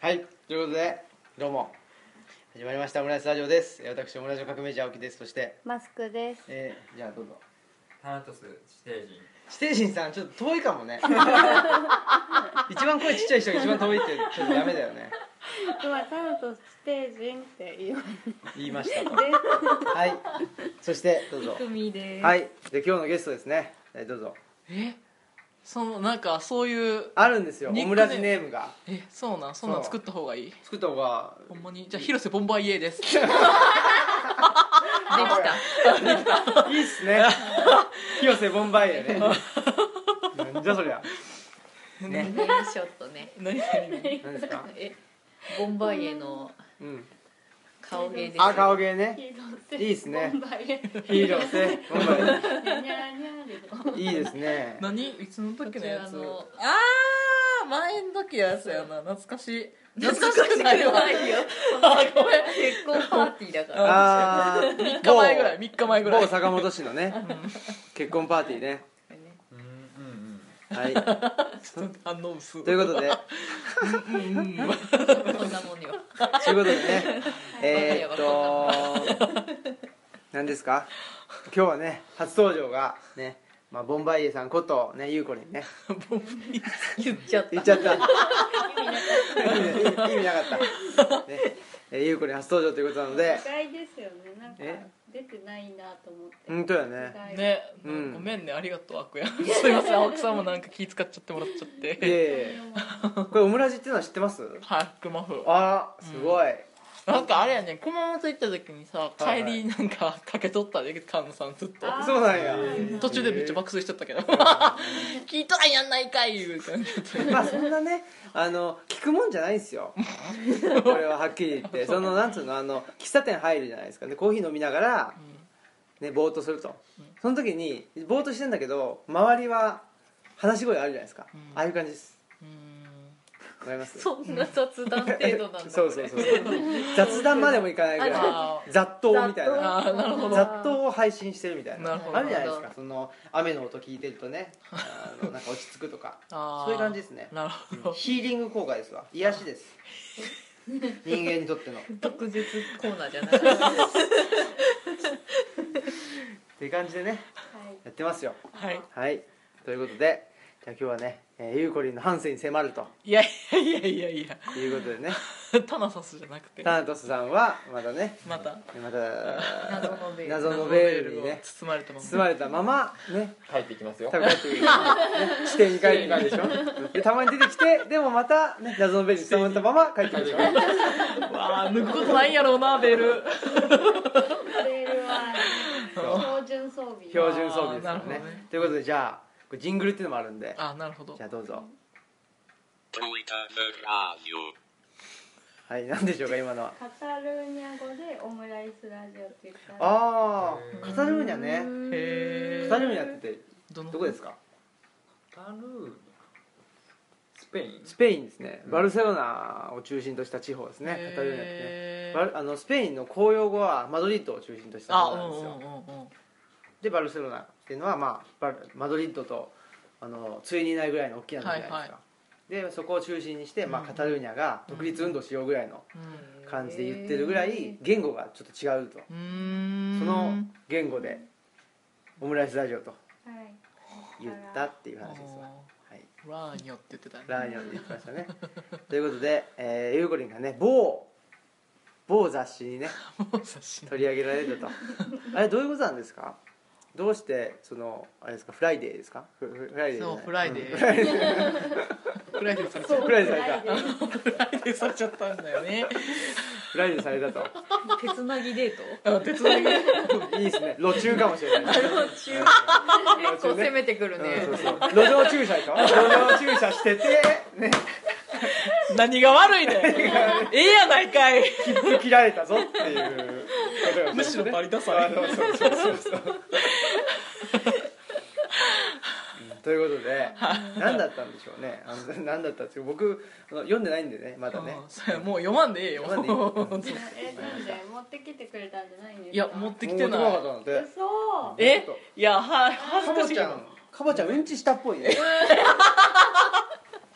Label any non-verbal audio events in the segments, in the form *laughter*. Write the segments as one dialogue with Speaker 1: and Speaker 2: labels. Speaker 1: はいということでどうも始まりましたオムライスラジオですえー私オムライスの革命児青木ですそして、
Speaker 2: マスクです。
Speaker 1: えーじゃあどうぞ
Speaker 3: タナトス指定人
Speaker 1: 指定神さんちょっと遠いかもね *laughs* 一番声ちっちゃい人が一番遠いってちょっとダメだよね
Speaker 2: まあ、タロとステージンって言います。
Speaker 1: 言いましたとはいそしてどうぞ
Speaker 4: 組です。
Speaker 1: はいで今日のゲストですねえーどうぞ
Speaker 4: え、そのなんかそういう
Speaker 1: あるんですよオ
Speaker 4: ニッ
Speaker 1: ム
Speaker 4: クネ
Speaker 1: ラ
Speaker 4: ーム
Speaker 1: ジネームが
Speaker 4: え、そうなんそんなん作った方がいい。
Speaker 1: 作った方が
Speaker 4: ほんまにじゃあ広瀬ボンバイエー
Speaker 1: *laughs*
Speaker 4: です。
Speaker 1: できたいいっすね広瀬ボンバイエねなんじゃそりゃね
Speaker 5: ネイルショットね
Speaker 4: 何何何
Speaker 1: 何ですか
Speaker 5: えボンバイエの
Speaker 1: うん
Speaker 5: 顔芸です
Speaker 1: あ顔芸ね
Speaker 2: ヒーロー
Speaker 1: いいっすね
Speaker 2: ボンバイエ
Speaker 1: 広瀬ボンバ
Speaker 2: ニャーニャーで
Speaker 1: イエいいですね
Speaker 4: 何いつの時のやつ。
Speaker 5: こちらの
Speaker 4: ああ、前の時やつやな懐かしい。
Speaker 5: 懐かしくないよ
Speaker 4: あごめん。
Speaker 5: 結婚パーティーだから
Speaker 1: あー
Speaker 4: 3日前ぐらい3日前ぐらい
Speaker 1: 某。坂本氏のね結婚パーティーね
Speaker 3: うんうん
Speaker 1: はい
Speaker 4: ちょっと反応薄。
Speaker 1: ということで
Speaker 5: こんなもんよ
Speaker 1: ということでねえーっと何ですか今日はね初登場がねまあ、ボンバイエさんことねゆうこりんね
Speaker 4: ボンバイエ
Speaker 5: 言っちゃった
Speaker 1: 言っちゃった意味なかった意味なかった、ねえーゆうこりん初登場ということなので
Speaker 2: 意外ですよね。なんか
Speaker 1: え
Speaker 2: 出てないなと思って。
Speaker 1: 本当や
Speaker 2: 意
Speaker 1: ね
Speaker 2: 外
Speaker 4: ね、
Speaker 1: うん
Speaker 4: ごめんねありがとうアク
Speaker 5: *laughs*
Speaker 4: ヤ。すいません青木さんもなんか気使っちゃってもらっちゃっ
Speaker 1: い
Speaker 4: て。
Speaker 1: えいえこれオムラジっていうのは知ってます
Speaker 4: ハックマフ。
Speaker 1: あらすごい、
Speaker 4: なんかあれやね熊本行った時にさ
Speaker 1: はい
Speaker 4: 帰
Speaker 1: はい
Speaker 4: りなんかかけとったで菅野さんずっと
Speaker 2: あー
Speaker 1: そうなんや
Speaker 4: 途中でめっちゃ爆睡しちゃったけど *laughs* 聞いとらんやんないかい言う感じだったよね
Speaker 1: まあそんなねあの聞くもんじゃないんですよこれははっきり言ってそのなんつうのあの喫茶店入るじゃないですかでコーヒー飲みながら、ね、ぼーっとするとその時にぼーっとしてんだけど周りは話し声あるじゃないですか、
Speaker 4: ん
Speaker 1: ああいう感じです
Speaker 4: うーん
Speaker 1: わかります *laughs*
Speaker 5: そんな雑談程度なんだ
Speaker 1: そうそうそう雑談までもいかないぐら
Speaker 4: あ
Speaker 1: い雑踏みたい
Speaker 5: 雑
Speaker 1: な
Speaker 5: 踏
Speaker 4: あーなるほど
Speaker 1: 雑踏を配信してるみたいな
Speaker 4: なるほど
Speaker 1: あるじゃないですかその雨の音聞いてるとねあのなんか落ち着くとか
Speaker 4: あー
Speaker 1: そういう感じですね
Speaker 4: なるほど
Speaker 1: ヒーリング効果ですわ癒しです人間にとってのっ
Speaker 5: 特別コーナーじ
Speaker 4: *laughs*
Speaker 5: ゃない
Speaker 1: ていう感じでね
Speaker 2: はい
Speaker 1: やってますよ
Speaker 4: はい
Speaker 1: はいということでじゃあ今日はね、えーゆうこりんの半生に迫ると
Speaker 4: いやいやいやいやいや
Speaker 1: いうことで
Speaker 4: *laughs*
Speaker 1: ね
Speaker 4: タナサスじゃなくて
Speaker 1: タナトスさんはまだね
Speaker 4: また
Speaker 1: また
Speaker 5: 謎のベール
Speaker 1: 謎のベールに
Speaker 4: ベー
Speaker 1: ね
Speaker 4: を包まれたま
Speaker 1: 包まれたままね
Speaker 3: 帰ってきますよ
Speaker 1: 多分帰ってくる、ね、地点に帰ってくるでしょでたまに出てきてでもまた、ね、謎のベールに包まれたまま帰ってくるでしょ
Speaker 4: まわあ脱ぐことないんやろうなベール
Speaker 2: レールは標準装備。
Speaker 1: 標準装備ですから
Speaker 4: あーなる
Speaker 1: ね
Speaker 4: ほどね
Speaker 1: ということでじゃあこれジングルっていうのもあるんで
Speaker 4: あーなるほど
Speaker 1: じゃあどうぞ
Speaker 6: Twitter Radio.
Speaker 1: はい何でしょうか今のは
Speaker 2: カタルーニャ語でオムライスラジオって言ったら。
Speaker 1: ああカタルーニャね
Speaker 4: へ
Speaker 1: カタ
Speaker 4: え
Speaker 1: ルーニャって
Speaker 4: どの
Speaker 1: どこですか
Speaker 3: タルーニャスペイン
Speaker 1: スペインですねバルセロナを中心とした地方ですねカタルーニャってね
Speaker 4: へ
Speaker 1: バ
Speaker 4: ー
Speaker 1: ルあのスペインの公用語はマドリードを中心とした
Speaker 4: あ
Speaker 1: も
Speaker 4: う
Speaker 1: のなん
Speaker 4: ん
Speaker 1: です
Speaker 4: う
Speaker 1: よ
Speaker 4: んうんうん
Speaker 1: でバルセロナっていうのは、まあ、バルマドリードとあのついにないぐらいの大きなのじゃないですか、
Speaker 4: はいは
Speaker 1: でそこを中心にして、まあ、
Speaker 4: うん
Speaker 1: カタルーニャが独立運動しようぐらいの
Speaker 4: うん
Speaker 1: 感じで言ってるぐらい言語がちょっと違うと
Speaker 4: うーん
Speaker 1: その言語でオムライスラジオと
Speaker 2: はい。
Speaker 1: 言ったっていう話ですわ、
Speaker 4: あ
Speaker 1: はい、
Speaker 4: ーラーニョって言ってたね
Speaker 1: ラーニョンで行きましたねということで、えー、ゆうこりんがね某某雑誌にね
Speaker 4: もう差し
Speaker 1: 取り上げられた
Speaker 4: *laughs*
Speaker 1: とあれどういうことなんですかどうしてそのあれですかフライデーですかフフフライデーじゃない
Speaker 4: そうフライデー
Speaker 1: うんフライデー
Speaker 4: フライデーされち
Speaker 2: そ
Speaker 4: ゃ
Speaker 2: う
Speaker 4: っ
Speaker 1: フライデーされた
Speaker 2: フ
Speaker 4: たフライデーされちゃったんだよね
Speaker 1: フライデーされたと
Speaker 5: 手つなぎデート
Speaker 4: あ手伝いが
Speaker 1: いいですね路中かもしれない
Speaker 5: 結構攻めてくるね
Speaker 1: うんそうそう路上駐車でしょ路上駐車しててね
Speaker 4: 何が悪いねんええやないかい
Speaker 1: 切符切られたぞっていうことが
Speaker 4: むしろバリダサ
Speaker 1: あ
Speaker 4: い
Speaker 1: そうそうそうそうそううんということで何だったんでしょうねあの何だったんですけど僕あの読んでないんでねまだね
Speaker 4: うんそれもう読まんでええよ
Speaker 1: 読まんでいい
Speaker 4: *laughs* そう
Speaker 2: え、なんで持ってきてくれたんじゃないんですか。
Speaker 4: いや持ってきて
Speaker 1: もう男の
Speaker 4: ない
Speaker 1: 子なんて
Speaker 2: 嘘。
Speaker 4: えいやは恥
Speaker 1: カ
Speaker 4: ず
Speaker 1: ボ
Speaker 4: かしい
Speaker 1: ちゃんカボちゃんうんちしたっぽいね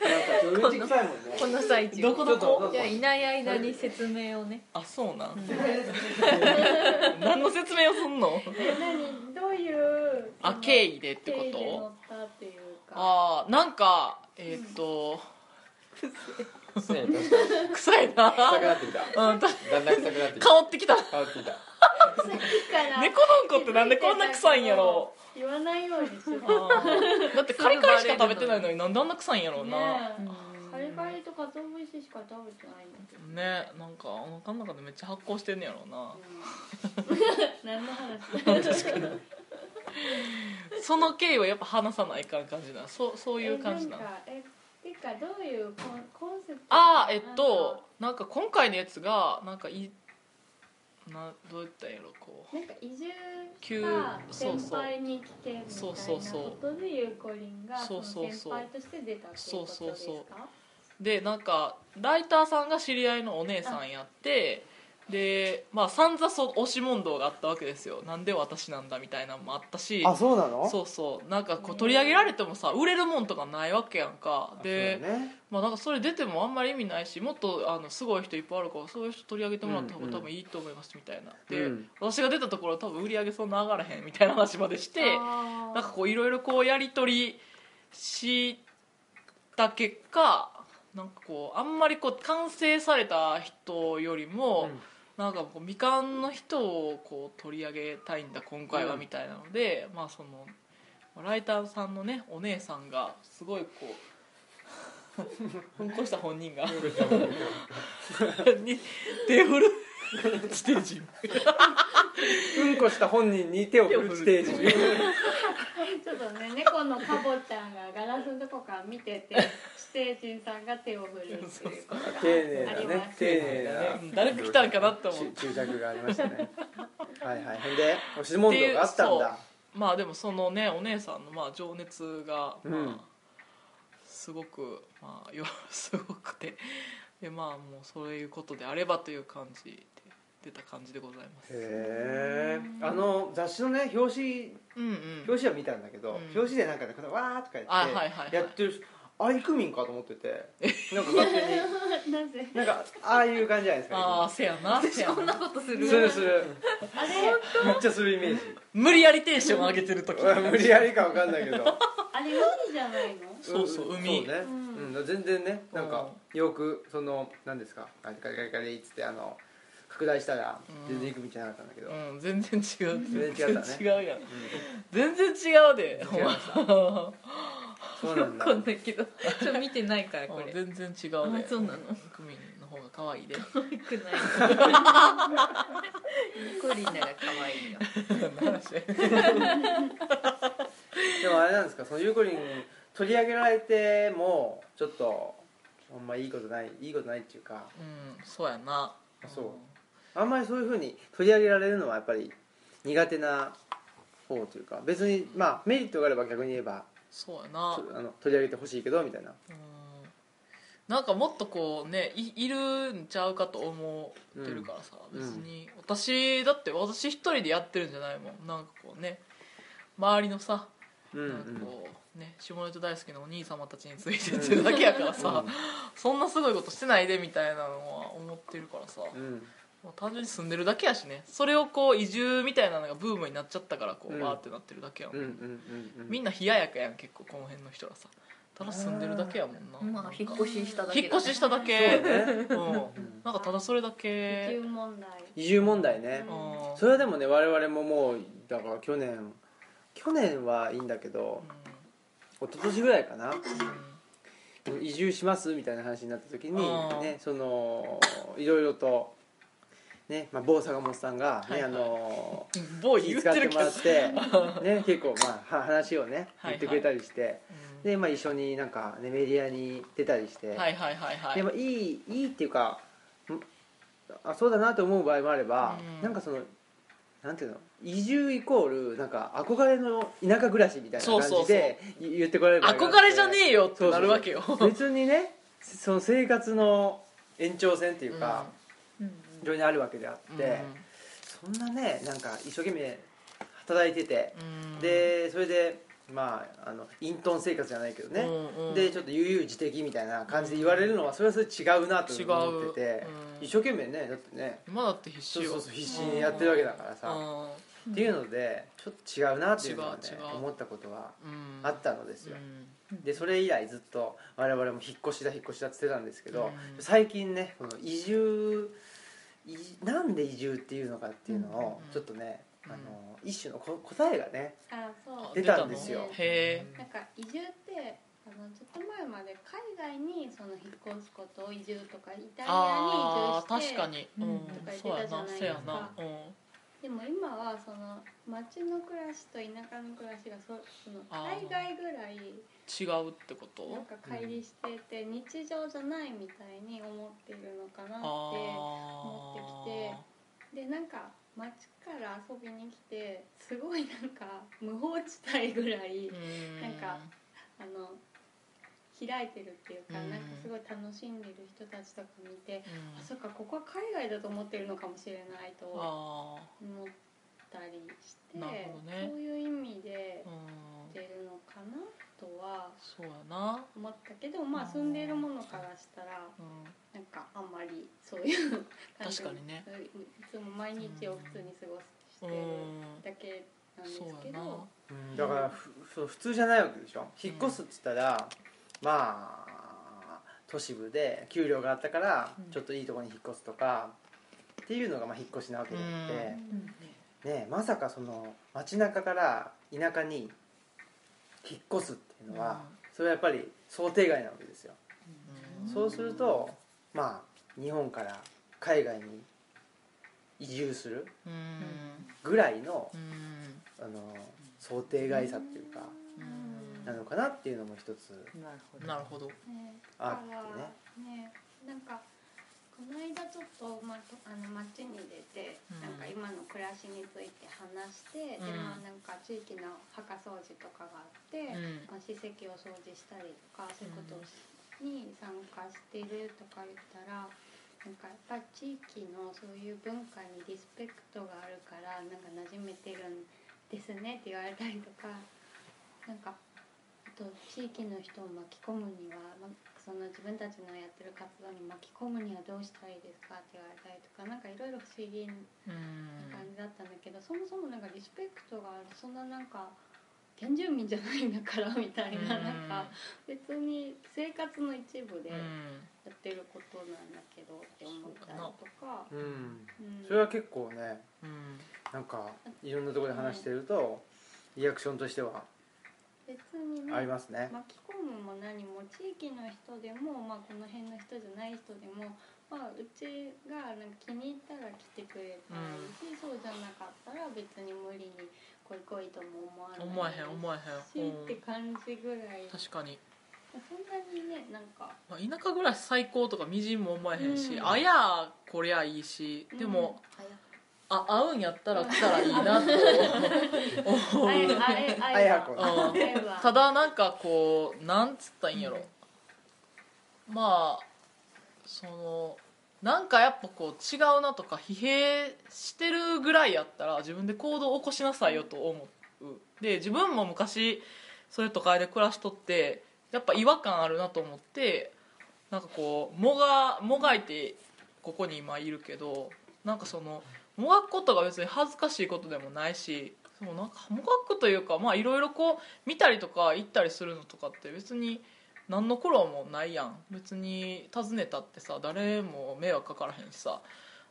Speaker 1: なんかちょっと臭いもんね
Speaker 5: この最中
Speaker 4: どこどこ
Speaker 5: じゃあいない間に説明をね
Speaker 4: あそうなん
Speaker 5: ん
Speaker 4: 何の説明をすんの
Speaker 2: え何どういう
Speaker 4: あ経緯でってこ
Speaker 2: 経緯で乗
Speaker 4: と
Speaker 2: ったっていうか
Speaker 4: ああなんかえー
Speaker 2: *laughs*
Speaker 4: っと
Speaker 7: 臭いね
Speaker 4: 臭いな
Speaker 7: 確かに臭くなってきた
Speaker 4: うんた
Speaker 7: だんだん臭くなってきた
Speaker 4: 香ってきた
Speaker 7: 変わってきた
Speaker 2: さっきから
Speaker 4: *laughs* 猫のんこってなんでこんな臭いんやろ
Speaker 2: 言わないようにしよう
Speaker 4: だってカリカリしか食べてないのになんであんな臭いんやろうな
Speaker 2: ねえカリカリとか鰹節しか食べてないんだけど
Speaker 4: ねなんかお腹の中でめっちゃ発酵してんねやろうな
Speaker 2: うん何の
Speaker 4: *laughs*
Speaker 2: 話
Speaker 4: その経緯はやっぱ話さないかん感じなそうそういう感じ
Speaker 2: え
Speaker 4: なの
Speaker 2: んかえてかどういうコンコンセプト
Speaker 4: ああえっとなんか今回のやつがなんかいなどうやったんやろこ
Speaker 2: なんか移住
Speaker 4: 急
Speaker 2: が
Speaker 4: そうそう
Speaker 2: 先輩に来てみたいな
Speaker 4: そうそうそう
Speaker 2: ことでゆうこりんが
Speaker 4: そ
Speaker 2: そうの
Speaker 4: そうそう
Speaker 2: 先輩として出たっていうことです
Speaker 4: そうそう
Speaker 2: か
Speaker 4: うでなんかライターさんが知り合いのお姉さんやってでまあ散々そ押し問答があったわけですよなんで私なんだみたいなのもあったし
Speaker 1: あそうなの
Speaker 4: そうそうなんかこう取り上げられてもさ売れるもんとかないわけやんか
Speaker 1: あ
Speaker 4: で、
Speaker 1: そうだね
Speaker 4: まあ、なんかそれ出てもあんまり意味ないしもっとあのすごい人いっぱいあるからそういう人取り上げてもらった方が多分いいと思いますみたいな、で、
Speaker 1: うん
Speaker 4: 私が出たところ多分売り上げそんな上がらへんみたいな話までして
Speaker 2: あー
Speaker 4: なんかこういろいろこうやり取りした結果なんかこうあんまりこう完成された人よりも、
Speaker 1: うん
Speaker 4: なんかこう未完の人をこう取り上げたいんだ今回は
Speaker 1: うん
Speaker 4: みたいなので、まあそのライターさんのねお姉さんがすごいこう奮こした本人がに手を振るステージ
Speaker 1: うんこした本人に手を振るステージ
Speaker 2: ちょっとね猫のカボちゃんがガラスのとこから見
Speaker 4: *laughs*
Speaker 2: てて指定人さんが手を振るっていうことが
Speaker 1: 丁寧だ
Speaker 2: ありま
Speaker 1: ね
Speaker 2: す
Speaker 1: 丁寧だね
Speaker 4: 誰か来たんかなって思って
Speaker 1: 注注釈がありましたねはいはいほんで押し問答があったんだ
Speaker 4: まあでもそのねお姉さんのまあ情熱が、
Speaker 1: うん
Speaker 4: まあ、すごく、まあ、よすごくて *laughs* でまあもうそういうことであればという感じで出た感じでございます
Speaker 1: へえあの雑誌のね表紙
Speaker 4: うんうん
Speaker 1: 表紙は見たんだけど、
Speaker 4: うん
Speaker 1: 表紙でなんかねこのわーとか
Speaker 4: あはいは
Speaker 1: 言
Speaker 4: いは
Speaker 1: っ
Speaker 4: い
Speaker 1: てやってる人、あイクミンかと思っててなんか勝手に
Speaker 2: *laughs* なぜ
Speaker 1: なんかああいう感じじゃないです
Speaker 4: ああ
Speaker 1: か *laughs*
Speaker 4: せやなせや
Speaker 5: こんな
Speaker 4: な
Speaker 5: ことす
Speaker 1: イ
Speaker 5: る
Speaker 1: クミンするする
Speaker 2: あれ
Speaker 1: めっちゃするイメージ
Speaker 4: 無理やりテンション上げてる時
Speaker 1: うわ無理やりかわかんないけど
Speaker 2: あれ海じゃないの
Speaker 4: そうそうん海
Speaker 1: そうね、
Speaker 2: うん
Speaker 1: うん、全然ねなんかよくその何ですかガリガリガリガリっつってあの拡大したら
Speaker 4: うん
Speaker 1: 全然イクミンじゃなかったんだけど、
Speaker 4: うん全然違う
Speaker 1: 全然違ったね
Speaker 4: 全然違うやん全然違うで
Speaker 1: 違いましたそうなんだ
Speaker 5: こんないけどちょっと見てないからこ
Speaker 4: ほんま
Speaker 5: れよ
Speaker 4: 全然 *laughs* 違うで
Speaker 5: あそうなの
Speaker 4: クミンの方が可愛いで *laughs*
Speaker 5: くないコリーナが可愛いよ
Speaker 1: でもあれなんですかそのゆうこりん取り上げられてもちょっとあんまいいことないいいことないっていうか
Speaker 4: うんそうやな
Speaker 1: あそうあんまりそういうふうに取り上げられるのはやっぱり苦手な方というか別にまあメリットがあれば逆に言えば
Speaker 4: そうやな
Speaker 1: あの取り上げてほしいけどみたいな、
Speaker 4: うんなんかもっとこうねいいるんちゃうかと思ってるからさ、
Speaker 1: うん
Speaker 4: 別に私だって私一人でやってるんじゃないもんなんかこうね周りのさ、
Speaker 1: うんう
Speaker 4: なん
Speaker 1: ん
Speaker 4: かこうね下ネタ大好きなお兄様たちについてってるだけやからさ、そんなすごいことしてないでみたいなのは思ってるからさ、
Speaker 1: うんうん
Speaker 4: もう単純に住んでるだけやしねそれをこう移住みたいなのがブームになっちゃったからこ
Speaker 1: う
Speaker 4: うんバーってなってるだけやも
Speaker 1: うん
Speaker 4: ん、
Speaker 1: うんうんうん
Speaker 4: みんな冷ややかやん結構この辺の人はさただ住んでるだけやもんな
Speaker 5: ま
Speaker 4: な
Speaker 5: あ
Speaker 4: んか
Speaker 5: 引っ越ししただけ
Speaker 4: 引っ越ししただ
Speaker 1: そう
Speaker 4: け
Speaker 1: だね
Speaker 4: うんなんかただそれだ
Speaker 2: 移
Speaker 4: け
Speaker 2: 住問題
Speaker 1: 移住問題ね
Speaker 2: う
Speaker 4: うんん
Speaker 1: それはでもね我々ももうだから去年去年はいいんだけど一昨年ぐらいかな移住しますみたいな話になった時に
Speaker 4: あ、ー
Speaker 1: ね、そのいろいろと、ねまあ、某坂本さんが、ね
Speaker 4: はいはい
Speaker 1: あの
Speaker 4: うん某
Speaker 1: 気
Speaker 4: 言っ
Speaker 1: 遣ってて
Speaker 4: るけ
Speaker 1: も
Speaker 4: ど
Speaker 1: らって、 *laughs* ね、結構、まあ、は話をね
Speaker 4: はいはい
Speaker 1: 言ってくれたりして、
Speaker 4: う
Speaker 1: でまあ、一緒になんか、ね、メディアに出たりして、
Speaker 4: んはいはいはいはい
Speaker 1: でもいいいいっていうかんあそうだなと思う場合もあれば、
Speaker 4: うん
Speaker 1: なんかそのなんていうの移住イコールなんか憧れの田舎暮らしみたいな感
Speaker 4: そうそう
Speaker 1: じ
Speaker 4: そう
Speaker 1: でい言ってこられる場合があって
Speaker 4: 憧れじゃねえよってなるわけよ
Speaker 1: 別にねその生活の延長線っていうか、
Speaker 5: うん
Speaker 1: 非常にあるわけであって、そんなねなんか一生懸命働いてて、
Speaker 4: うん
Speaker 1: でそれでまああの隠遁生活じゃないけどね、
Speaker 4: うんうん
Speaker 1: でちょっと悠々自適みたいな感じで言われるのはそれはそれで違うなと
Speaker 4: 違う
Speaker 1: 思ってて、
Speaker 4: うん
Speaker 1: 一生懸命ねだってね
Speaker 4: 今だって必
Speaker 1: そ
Speaker 4: 死
Speaker 1: う
Speaker 4: よ
Speaker 1: そうそう必死にやってるわけだからさ、っていうのでちょっと違うなっていうのはね
Speaker 4: 違う違う
Speaker 1: 思ったことは
Speaker 4: うん
Speaker 1: あったのですよ
Speaker 4: う、ん
Speaker 1: でそれ以来ずっと我々も引っ越しだ引っ越しだって言ってたんですけど、
Speaker 4: うん
Speaker 1: 最近ねこの移住いなんで移住っていうのかっていうのを
Speaker 4: うん
Speaker 1: ちょっとね、
Speaker 4: うん
Speaker 1: あの一種のこ答えがね
Speaker 2: あそう
Speaker 1: 出たんですよ
Speaker 4: へ
Speaker 2: なんか移住ってあのちょっと前まで海外にその引っ越すことを移住とかイタ
Speaker 4: え
Speaker 2: リア
Speaker 4: あ
Speaker 2: に
Speaker 4: ー
Speaker 2: 移住して
Speaker 4: 確かに、うん
Speaker 5: と
Speaker 2: か言って
Speaker 4: そうや
Speaker 2: たじゃ
Speaker 4: な
Speaker 2: ないですか
Speaker 4: そうやな、うん
Speaker 2: でも今はその町の暮らしと田舎の暮らしがそその
Speaker 4: あー
Speaker 2: 海外ぐらい
Speaker 4: 違うってこ
Speaker 2: なん
Speaker 4: と
Speaker 2: か乖離してて日常じゃないみたいに思っているのかなっ
Speaker 4: あ
Speaker 2: ててでなんか町から遊びに来てすごいなんか無法地帯ぐらい
Speaker 4: ーうん
Speaker 2: なんかあの開いてるっていうか
Speaker 4: うん
Speaker 2: なんかすごい楽しんでる人たちとか見て
Speaker 4: うん
Speaker 2: あそっかここは海外だと思ってるのかもしれないと思
Speaker 4: あ
Speaker 2: ったりして
Speaker 4: なるほどね
Speaker 2: そういう意味で
Speaker 4: ーうん
Speaker 2: 出るのかなとは
Speaker 4: そうやな、
Speaker 2: 思ったけどまあ住んでいるものからしたら
Speaker 4: うん、
Speaker 2: なんかあんまりそういう感じ
Speaker 4: 確かにね
Speaker 2: いつも毎日を普通に過ごして
Speaker 4: う
Speaker 2: る
Speaker 4: ん
Speaker 2: だけなんです
Speaker 4: そうや
Speaker 2: け
Speaker 4: な
Speaker 2: ど
Speaker 1: だからふそう普通じゃないわけでしょ引っ越すっつったら、まあ都市部で給料があったから
Speaker 5: うん
Speaker 1: ちょっといいところに引っ越すとかっていうのがまあ引っ越しなわけであって、
Speaker 4: う
Speaker 1: ねえまさかその街中から田舎に引っ越すっていうのは、それはやっぱり想定外なわけですよ、
Speaker 4: うん
Speaker 1: そうするとまあ日本から海外に移住する
Speaker 4: うん
Speaker 1: ぐらいの
Speaker 4: うん
Speaker 1: あの想定外さっていうか
Speaker 4: うん
Speaker 1: なのかなっていうのも一つ
Speaker 5: なるほ
Speaker 4: なるほど
Speaker 2: ね
Speaker 1: あっ
Speaker 2: だか
Speaker 1: てね
Speaker 2: らねなんかこの間ちょっと、まあ、とあの街に出て、
Speaker 4: うん
Speaker 2: なんか今の暮らしについて話して、で
Speaker 4: うん
Speaker 2: まあなんか地域の墓掃除とかがあって、
Speaker 4: うん
Speaker 2: まあ、史跡を掃除したりとかそういうことをしに参加してるとか言ったら。なんかやっぱ地域のそういう文化にリスペクトがあるからなんか馴染めてるんですねって言われたりとかなんかあと地域の人を巻き込むには、ま、その自分たちのやってる活動に巻き込むにはどうしたらいいですかって言われたりとかなんかいろいろ不思議な
Speaker 4: うん
Speaker 2: 感じだったんだけど、そもそもなんかリスペクトがあるそんななんか原住民じゃないんだからみたいな,、なんか別に生活の一部で
Speaker 4: う
Speaker 2: や
Speaker 4: ん
Speaker 2: ってることなんだけどって思ったりとか。
Speaker 1: うん
Speaker 2: うん
Speaker 1: それは結構ね
Speaker 4: うん
Speaker 1: なんかいろんなところで話してるとリアクションとしては
Speaker 2: 別にね
Speaker 1: ありますね
Speaker 2: 巻き込むも何も地域の人でも、まあ、この辺の人じゃない人でも、まあ、うちがなんか気に入ったら来てくれたらいいし、そうじゃなかったら別に無理に来い来いとも思わない
Speaker 4: 思えへん思え
Speaker 2: し
Speaker 4: へん、
Speaker 2: って感じぐらい、
Speaker 4: 確かに、
Speaker 2: そんなにねなんか
Speaker 4: まあ、田舎暮らし最高とかみじんも思えへんし、
Speaker 2: うん
Speaker 4: あやーこりゃいいしでも、、あ合うんやったら来たらいいな
Speaker 2: う
Speaker 4: と
Speaker 2: ん、
Speaker 4: 思
Speaker 2: あ
Speaker 4: う
Speaker 2: れあれあ
Speaker 1: あやこ
Speaker 2: あ
Speaker 4: うん
Speaker 2: れは
Speaker 4: ただなんかこうなんつったらいいんやろ、まあそのなんかやっぱこう違うなとか疲弊してるぐらいやったら自分で行動を起こしなさいよと思うで自分も昔それ都会で暮らしとってやっぱ違和感あるなと思ってなんかこうもがもがいてここに今いるけどなんかそのもがくことが別に恥ずかしいことでもないしそのなんかもがくというかまあいろいろこう見たりとか行ったりするのとかって別に何の苦労もないやん別に訪ねたってさ誰も迷惑かからへんしさ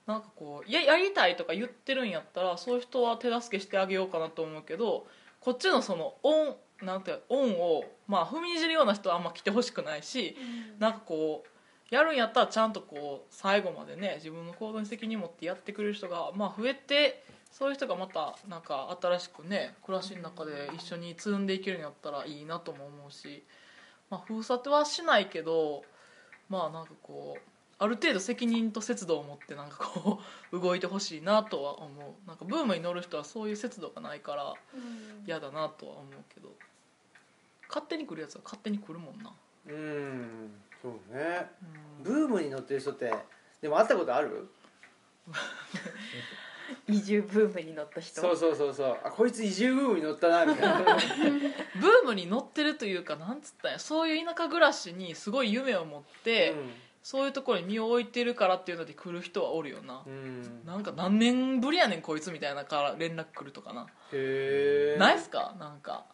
Speaker 4: なんかこうややりたいとか言ってるんやったらそういう人は手助けしてあげようかなと思うけどこっちのそのオンなんて恩を、まあ、踏みにじるような人はあんま来てほしくないし
Speaker 2: うん
Speaker 4: なんかこうやるんやったらちゃんとこう最後までね自分の行動に責任持ってやってくれる人が、まあ、増えてそういう人がまたなんか新しくね暮らしの中で一緒に積んでいけるんやったらいいなとも思うし、まあ、封鎖とはしないけどまあなんかこうある程度責任と節度を持ってなんかこう *laughs* 動いてほしいなとは思うなんかブームに乗る人はそういう節度がないから
Speaker 2: うん
Speaker 4: 嫌だなとは思うけど勝手に来るやつは勝手に来るもんな。
Speaker 1: うんそうね
Speaker 4: うん
Speaker 1: ブームに乗ってる人ってでも会ったことある
Speaker 5: 移住ブームに乗った人
Speaker 1: そうそうそうそうあこいつ移住ブームに乗ったなみた *laughs* いな
Speaker 4: ブームに乗ってるというかなんつったんやそういう田舎暮らしにすごい夢を持って、そういうところに身を置いてるからっていうので来る人はおるよな
Speaker 1: う、ん、うん、
Speaker 4: なんか何年ぶりやねんこいつみたいなから連絡来るとかな、
Speaker 1: へえ
Speaker 4: ないっすかなんか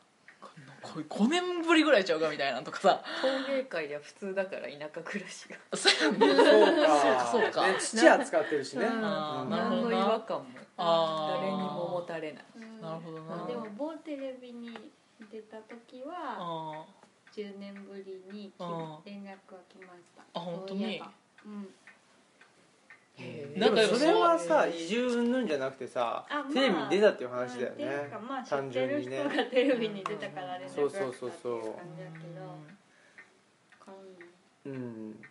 Speaker 4: ここ5年ぶりぐらいちゃうかみたいなとかさ *laughs*
Speaker 5: 陶芸界では普通だから田舎暮らしが
Speaker 4: そうや
Speaker 1: そう
Speaker 4: ね
Speaker 1: か
Speaker 4: そうかそうか
Speaker 1: ね、土は使ってるしね、
Speaker 5: うん
Speaker 4: あーなるほ
Speaker 5: 何
Speaker 4: ど
Speaker 5: の
Speaker 4: な
Speaker 5: 違和感も
Speaker 4: あー
Speaker 5: 誰にももたれない
Speaker 2: うん
Speaker 4: なるほどな
Speaker 2: でも某テレビに出た時は
Speaker 4: あ
Speaker 2: 10年ぶりにき
Speaker 4: あー
Speaker 2: 連絡が来ました
Speaker 4: あ本当に
Speaker 2: そういえばうん
Speaker 5: へー
Speaker 1: で
Speaker 4: なん
Speaker 1: も
Speaker 4: か
Speaker 1: それは
Speaker 4: そ
Speaker 1: さ
Speaker 4: う
Speaker 1: 移住云々じゃなくてさ、
Speaker 2: あまあ
Speaker 1: テレビに出たっていう話だよね
Speaker 2: まあっていうかまあ知
Speaker 1: 単
Speaker 2: って
Speaker 1: 純
Speaker 2: る
Speaker 1: に
Speaker 2: 人
Speaker 1: ね
Speaker 2: がテレビに出たから連
Speaker 1: そう
Speaker 2: 絡
Speaker 1: そ
Speaker 2: が
Speaker 1: う
Speaker 2: 来
Speaker 1: そ
Speaker 2: た
Speaker 1: う
Speaker 2: って
Speaker 1: そう
Speaker 2: いう感じだけどわかんない
Speaker 1: うん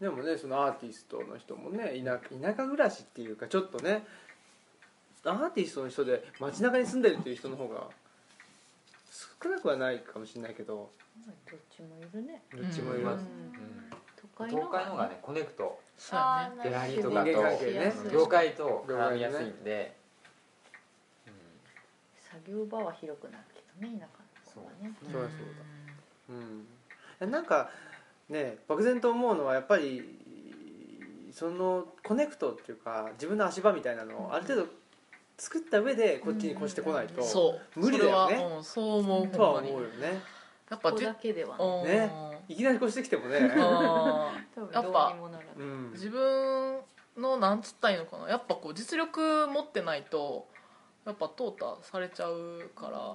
Speaker 1: でもねそのアーティストの人もね田田舎暮らしっていうかちょっとねアーティストの人で街中に住んでるっていう人の方が少なくはないかもしれないけど
Speaker 5: どっちもいるね
Speaker 1: どっちもいます、
Speaker 7: ん
Speaker 5: 都
Speaker 7: 東
Speaker 5: 会の
Speaker 7: 海の方がねコネクト
Speaker 4: そうやね
Speaker 7: ギャラリーとか
Speaker 1: 人間関係ね
Speaker 7: と業界と絡みやすいんで
Speaker 5: 作業場は広くなるけどね田舎の方はね
Speaker 1: そうだうん、なんかね漠然と思うのはやっぱりそのコネクトっていうか自分の足場みたいなのをある程度作った上でこっちに越してこないと、
Speaker 5: うん
Speaker 4: そう
Speaker 1: 無理だよね
Speaker 4: それは、うん、そう思う
Speaker 1: とは
Speaker 4: ほんま
Speaker 1: 思
Speaker 4: に
Speaker 1: うよね
Speaker 4: やっぱ
Speaker 5: ここ
Speaker 4: で
Speaker 5: だけではね
Speaker 4: うん
Speaker 1: ねいきなり越してきてもね、 *laughs*
Speaker 4: あ
Speaker 5: 多分
Speaker 4: や
Speaker 5: ど
Speaker 4: っ
Speaker 5: う
Speaker 4: ぱ
Speaker 5: にもならない
Speaker 1: うん、
Speaker 4: 自分のなんつったらいいのかなやっぱこう実力持ってないとやっぱ淘汰されちゃうから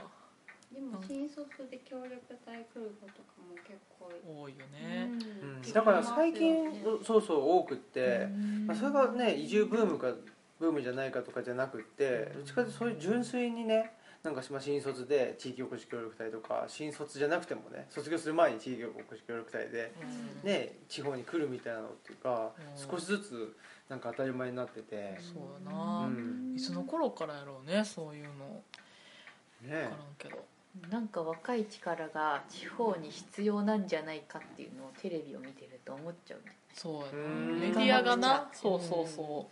Speaker 2: でも新卒で協力隊来る子とかも結構い
Speaker 4: 多いよね、
Speaker 1: うん
Speaker 2: ね
Speaker 1: だから最近
Speaker 2: 聞きますよね
Speaker 1: そうそう多くって、まあ、それがね移住ブームかブームじゃないかとかじゃなくってどっちかってそういう純粋にねなんかまあ新卒で地域おこし協力隊とか新卒じゃなくてもね卒業する前に地域おこし協力隊で、
Speaker 4: うん
Speaker 1: ね、地方に来るみたいなのっていうか
Speaker 4: うん
Speaker 1: 少しずつなんか当たり前になってて、
Speaker 4: そうや
Speaker 1: う
Speaker 4: な、
Speaker 1: ん
Speaker 4: いつの頃からやろうねそういうの分
Speaker 1: ね
Speaker 4: からんけど
Speaker 5: なんか若い力が地方に必要なんじゃないかっていうのをテレビを見てると思っちゃうね
Speaker 4: そうや
Speaker 1: う
Speaker 4: なんメディアがなそうそうそ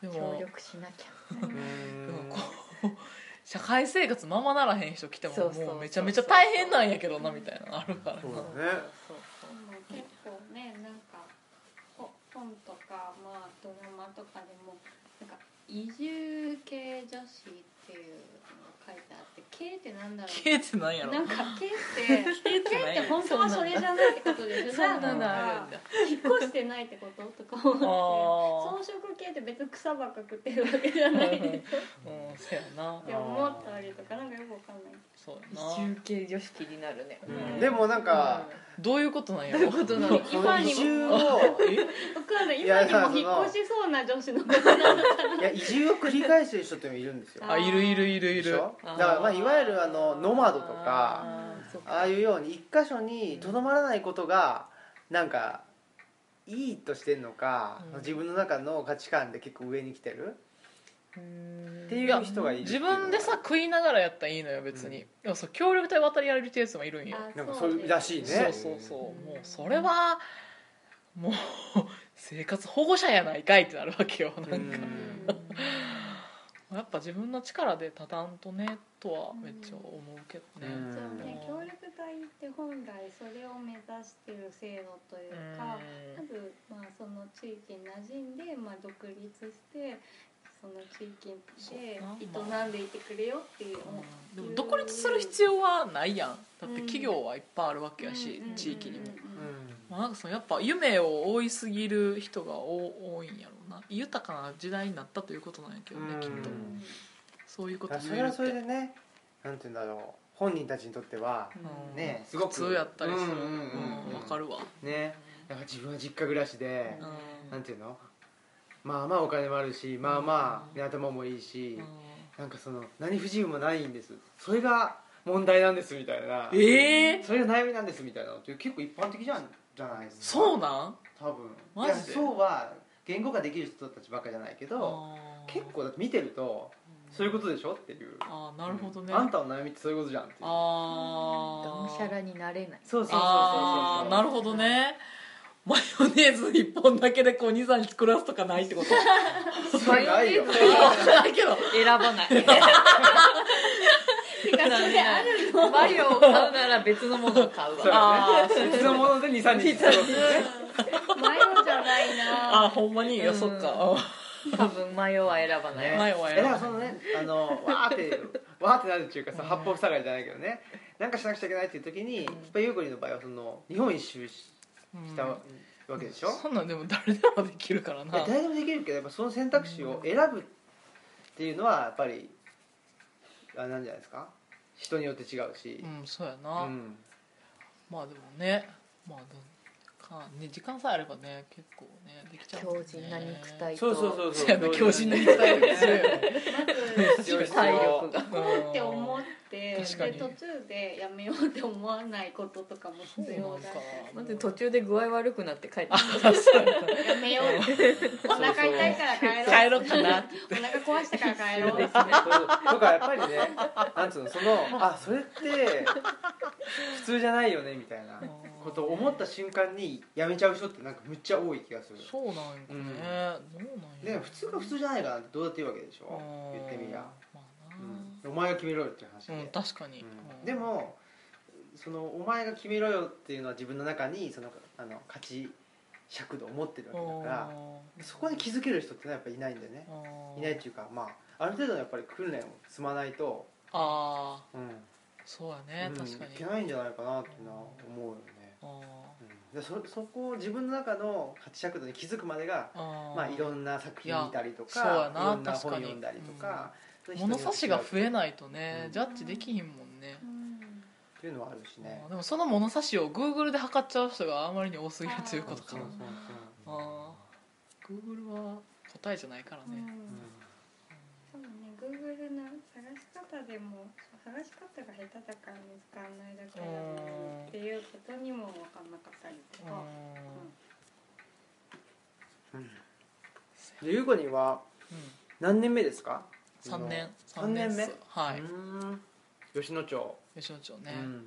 Speaker 4: うで
Speaker 5: 協
Speaker 4: も
Speaker 5: 力しなきゃ
Speaker 1: う
Speaker 4: で
Speaker 1: ん
Speaker 4: もこう *laughs* 社会生活ままならへん人来ても
Speaker 5: そうそうそう
Speaker 4: もうめちゃめちゃ大変なんやけどなみたいなのあるから
Speaker 1: そう
Speaker 5: そう
Speaker 1: だね
Speaker 5: そう
Speaker 2: でも結構ねなんかほ本とか、まあ、ドラマとかでもなんか移住系女子っていうのが書いてあって「系ってなんだろう
Speaker 4: 経ってなんやろ
Speaker 2: なんか「系って「系っ
Speaker 4: ってない
Speaker 2: て本当はそれじゃないってことでしょ
Speaker 5: そうなんだ
Speaker 2: なん
Speaker 4: あ
Speaker 2: か引っ越してないってこととか
Speaker 4: *laughs* あ
Speaker 2: 思って
Speaker 4: ー
Speaker 2: 草食系って別に草ばっか食ってるわけじゃないでしょ
Speaker 4: うんそうやな
Speaker 2: って思ったりとかなんかよくわかんない
Speaker 4: そうや
Speaker 5: そう移
Speaker 4: な
Speaker 5: 住系女子気になるね
Speaker 1: うんでもなんか、
Speaker 4: どういうことなんやろ
Speaker 5: ことなの
Speaker 1: その移住を
Speaker 2: わかんない
Speaker 1: いや
Speaker 2: 今にも引っ越しそうな女子のことなのか
Speaker 1: い
Speaker 4: *laughs*
Speaker 1: や移住を繰り返してる人ってもいるんですよ
Speaker 4: あいるいるいるい
Speaker 1: でし
Speaker 4: る
Speaker 1: ょだからまあいわゆるあのノマドとかああいうように一箇所にとどまらないことがなんかいいとしてんのか、
Speaker 4: うん
Speaker 1: 自分の中の価値観で結構上に来てるって
Speaker 4: い
Speaker 1: い
Speaker 4: や
Speaker 1: う人がいるってい
Speaker 4: 自
Speaker 1: うのは
Speaker 4: 分でさ食いながらやったらいいのよ別に、でもそう協力隊渡り歩いてるやつもいるんよ
Speaker 2: な
Speaker 1: なんかそういうらしいね
Speaker 4: そうそうそうもうそれはもう生活保護者やないかいってなるわけよなんか、
Speaker 1: うん
Speaker 4: やっぱ自分の力で立たんとねとはめっちゃ思うけどね、
Speaker 1: うん
Speaker 2: そうね、協力隊って本来それを目指してる制度というか、まず、まあ、その地域に馴染んで、まあ、独立してその地域で
Speaker 4: そう
Speaker 2: 営んでいてくれよっていう、
Speaker 4: うんでも独立する必要はないやんだって企業はいっぱいあるわけやし、
Speaker 2: うん
Speaker 4: 地域にも、
Speaker 2: うん
Speaker 4: まあ、なんかそのやっぱ夢を追いすぎる人がお多いんやろうな豊かな時代になったということなんやけどね、
Speaker 1: うん
Speaker 4: きっ
Speaker 2: うん
Speaker 4: と
Speaker 2: うん
Speaker 4: そういうこ
Speaker 1: だ
Speaker 4: と
Speaker 1: から
Speaker 4: 言
Speaker 1: そ
Speaker 4: え
Speaker 1: れは
Speaker 4: るって
Speaker 1: それでねなんて言うんだろう本人たちにとっては
Speaker 4: うん
Speaker 1: ねすごく
Speaker 4: 普通やったりする
Speaker 1: うんうんうんうん
Speaker 4: うんわかるわ、
Speaker 1: ねなんか自分は実家暮らしで
Speaker 4: う、
Speaker 1: なん
Speaker 4: ん
Speaker 1: ていうのまあまあお金もあるしまあまあ、ね、頭もいいし、なんかその何不自由もないんですそれが問題なんですみたいな
Speaker 4: ええー、
Speaker 1: それが悩みなんですみたいなのって結構一般的じゃんじゃないですか
Speaker 4: そうなん
Speaker 1: 多分
Speaker 4: マジで
Speaker 1: いやそうは言語化できる人たちばっかじゃないけど
Speaker 4: あー
Speaker 1: 結構だって見てるとそういうことでしょっていう
Speaker 4: あーなるほどね、
Speaker 1: うんあんたの悩みってそういうことじゃんっていう
Speaker 4: あ
Speaker 5: がむしゃらになれない
Speaker 1: そうそうそうそうそう
Speaker 4: あーなるほどねマヨネーズ1本だけでこう23作らすとかないってこ
Speaker 1: *laughs*
Speaker 4: と
Speaker 1: それないよ
Speaker 4: ないけど
Speaker 5: 選ばない
Speaker 2: てかそれある
Speaker 5: マリオを買うなら別のものを買うわ
Speaker 4: あー
Speaker 1: 普通のもので23日使う
Speaker 2: マヨじゃないな
Speaker 4: あーほんまにいや
Speaker 5: うん
Speaker 4: そっか
Speaker 5: 多分マヨは選ばない
Speaker 4: うん
Speaker 5: わ
Speaker 4: 前は
Speaker 1: えだ
Speaker 4: や
Speaker 1: かららそのねあのわーってわーってなるっていうかさ八方塞がりじゃないけどねなんかしなくちゃいけないっていう時にやっぱゆうこりんの場合はその日本一周し
Speaker 4: うん
Speaker 1: したわけでしょ、
Speaker 4: そんなんでも誰でもできるから
Speaker 1: い
Speaker 4: な
Speaker 1: や誰でもできるけどやっぱその選択肢を選ぶっていうのはやっぱりあれなんじゃないですか人によって違うし
Speaker 4: う、んそうや
Speaker 1: う
Speaker 4: な、
Speaker 1: ん、
Speaker 4: まあでもねまあでもかね時間さえあればね結構ねできちゃうもん
Speaker 5: 強
Speaker 4: ね
Speaker 5: 靭な肉体
Speaker 1: そうそう
Speaker 5: と
Speaker 1: そう
Speaker 4: そうやな強靭な肉体が必要や
Speaker 2: まず
Speaker 5: 体力が
Speaker 2: 行こうって思って
Speaker 4: 確かに
Speaker 2: で途中でやめようって思わないこととかも
Speaker 4: そう
Speaker 2: 必
Speaker 4: なん
Speaker 2: 要
Speaker 4: か
Speaker 2: だ
Speaker 5: だって途中で具合悪くなって帰ってき
Speaker 4: あそうやな
Speaker 2: しやめようお腹痛いから帰ろう
Speaker 4: 帰ろうかな
Speaker 2: お腹壊したから帰ろう
Speaker 1: そうとかやっぱりねなんつうのそのあそれって普通じゃないよねみたいなことを思った瞬間にやめちゃう人ってなんかむっちゃ多い気がする
Speaker 4: そうなんかね、
Speaker 1: うん
Speaker 4: どうなんや
Speaker 1: ね普通が普通じゃないかなってどうだって言うわけでし
Speaker 4: あ
Speaker 1: ょ
Speaker 4: ー
Speaker 1: 言ってみりゃ、
Speaker 4: まあ
Speaker 1: うん
Speaker 4: な
Speaker 1: お前が決めろよっていう話で、
Speaker 4: うん、確かに、
Speaker 1: う
Speaker 4: うんん
Speaker 1: でもそのお前が決めろよっていうのは自分の中にそのあの勝ち尺度を持ってるわけだからそこに気づける人ってのはやっぱいないんだよねいないっていうかまあある程度のやっぱり訓練を積まないと、
Speaker 4: あ
Speaker 1: う
Speaker 4: あ
Speaker 1: ん
Speaker 4: そうやね、
Speaker 1: うん
Speaker 4: 確か
Speaker 1: い
Speaker 4: に
Speaker 1: けないんじゃないかなっていうのは思うよね、
Speaker 4: あ
Speaker 1: うん、でそそこを自分の中の勝ち尺度に気づくまでが
Speaker 4: ーあー
Speaker 1: まあいろんな作品見たりと
Speaker 4: いやそう
Speaker 1: か
Speaker 4: や
Speaker 1: い
Speaker 4: な
Speaker 1: ろんな
Speaker 4: 確
Speaker 1: 本
Speaker 4: かに
Speaker 1: 読んだりとか、
Speaker 4: 物差しが
Speaker 1: え
Speaker 4: 増えないとね、
Speaker 1: うん
Speaker 4: ジャッジできひんもんね
Speaker 2: う、ん
Speaker 1: っていうのはあるしね
Speaker 4: あーでもその物差しを Google で測っちゃう人があまりに多すぎるということか
Speaker 1: そうそうそう
Speaker 4: あー Google は答えじゃないから
Speaker 2: う
Speaker 1: う
Speaker 4: ね、
Speaker 1: んん
Speaker 2: そうね、Google の探し方でも探し方が下手だから見つかんないだけだ
Speaker 4: うん
Speaker 2: っていうことにも分かんなかったりと
Speaker 4: うん
Speaker 2: か、
Speaker 1: でゆうこには
Speaker 4: うん
Speaker 1: 何年目ですか
Speaker 4: 3年
Speaker 1: 三年目
Speaker 4: っすはい、
Speaker 1: うーん吉野町
Speaker 4: 吉野町ね、
Speaker 1: うん
Speaker 4: うん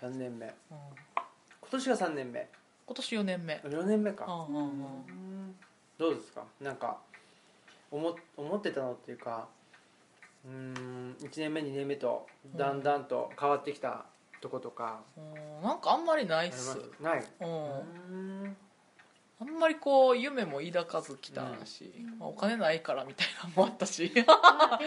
Speaker 1: 3年目今
Speaker 4: うん
Speaker 1: 年が3年目
Speaker 4: 今年4年目
Speaker 1: 4年目
Speaker 4: う
Speaker 1: か
Speaker 4: んうんうん
Speaker 1: うーんどうですかなんか思思ってたのっていうかうーん1年目2年目とだんだんと変わってきたとことか
Speaker 4: うんなんかあんまりない
Speaker 1: あり
Speaker 4: っ
Speaker 1: ますすない
Speaker 4: うん
Speaker 1: うーん
Speaker 4: あんまりこう夢も抱かず来たし、
Speaker 2: うん
Speaker 4: まあ、お金ないからみたいなのもあったし *laughs*
Speaker 2: まあ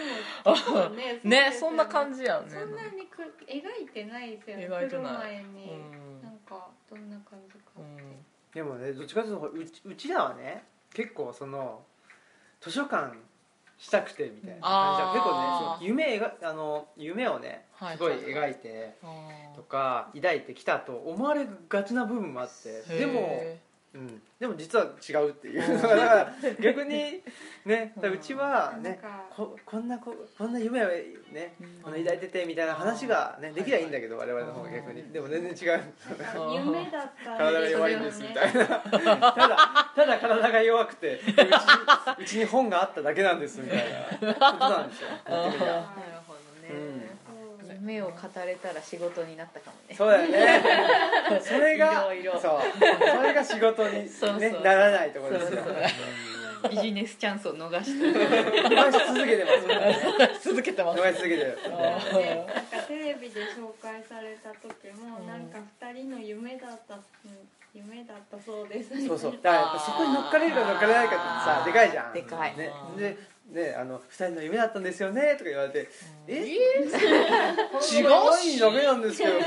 Speaker 2: でもね
Speaker 4: ねそんな感
Speaker 2: じ
Speaker 4: じやね
Speaker 2: そんなにく描いてないですよね
Speaker 4: 描いてな
Speaker 2: 来
Speaker 4: い
Speaker 2: る前
Speaker 4: う
Speaker 2: に、
Speaker 4: ん
Speaker 2: なんかどんな感じか
Speaker 4: う
Speaker 2: って、
Speaker 4: ん
Speaker 1: でもねどっちかというとうちうちらはね結構その図書館したくてみたいな感じだ
Speaker 4: あー
Speaker 1: 結構ねその夢があの夢をね
Speaker 4: はい
Speaker 1: すごい描いて
Speaker 4: あー
Speaker 1: とか抱いてきたと思われがちな部分もあってでも、
Speaker 4: へ
Speaker 1: うん、でも実は違うっていうだから逆にねだからうちは
Speaker 2: なん
Speaker 1: ね
Speaker 2: か
Speaker 1: ここんなここんな夢をね
Speaker 4: ーうん
Speaker 1: あの抱いててみたいな話が、ね、
Speaker 4: あー
Speaker 1: できりゃいいんだけど我々の方が逆
Speaker 4: う
Speaker 1: に
Speaker 4: ん
Speaker 1: でも全然違う
Speaker 2: なんか夢だった
Speaker 1: 体が弱いんですみたいなただただ体が弱くてうちにうちに本があっただけなんですみたいなことなんですよ言ってみりゃ
Speaker 5: なるほど
Speaker 1: うん
Speaker 2: そう
Speaker 5: 夢を語れたら仕事になったかもね
Speaker 1: そうだよ
Speaker 5: *laughs*
Speaker 1: ねそれが
Speaker 5: いろいろ
Speaker 1: そうそれが仕事に、ね、
Speaker 5: そうそうそう
Speaker 1: ならないところですよ
Speaker 5: そうそうビジネスチャンスを逃した
Speaker 1: 逃し続けてますよね *laughs*
Speaker 4: 続けてます
Speaker 1: 逃し続けてる
Speaker 2: ねなんかテレビで紹介された時も、
Speaker 4: うん
Speaker 2: なんか二人の夢だった夢だったそうです
Speaker 1: そうそうだからやっぱそこに乗っかれるか乗っかれないかってさ
Speaker 5: あー
Speaker 1: でかいじゃん
Speaker 5: でかい
Speaker 1: ねでねあの2人の夢だったんですよねとか言われて「え
Speaker 4: 違う
Speaker 1: 違
Speaker 4: し
Speaker 1: うしダメなんですけど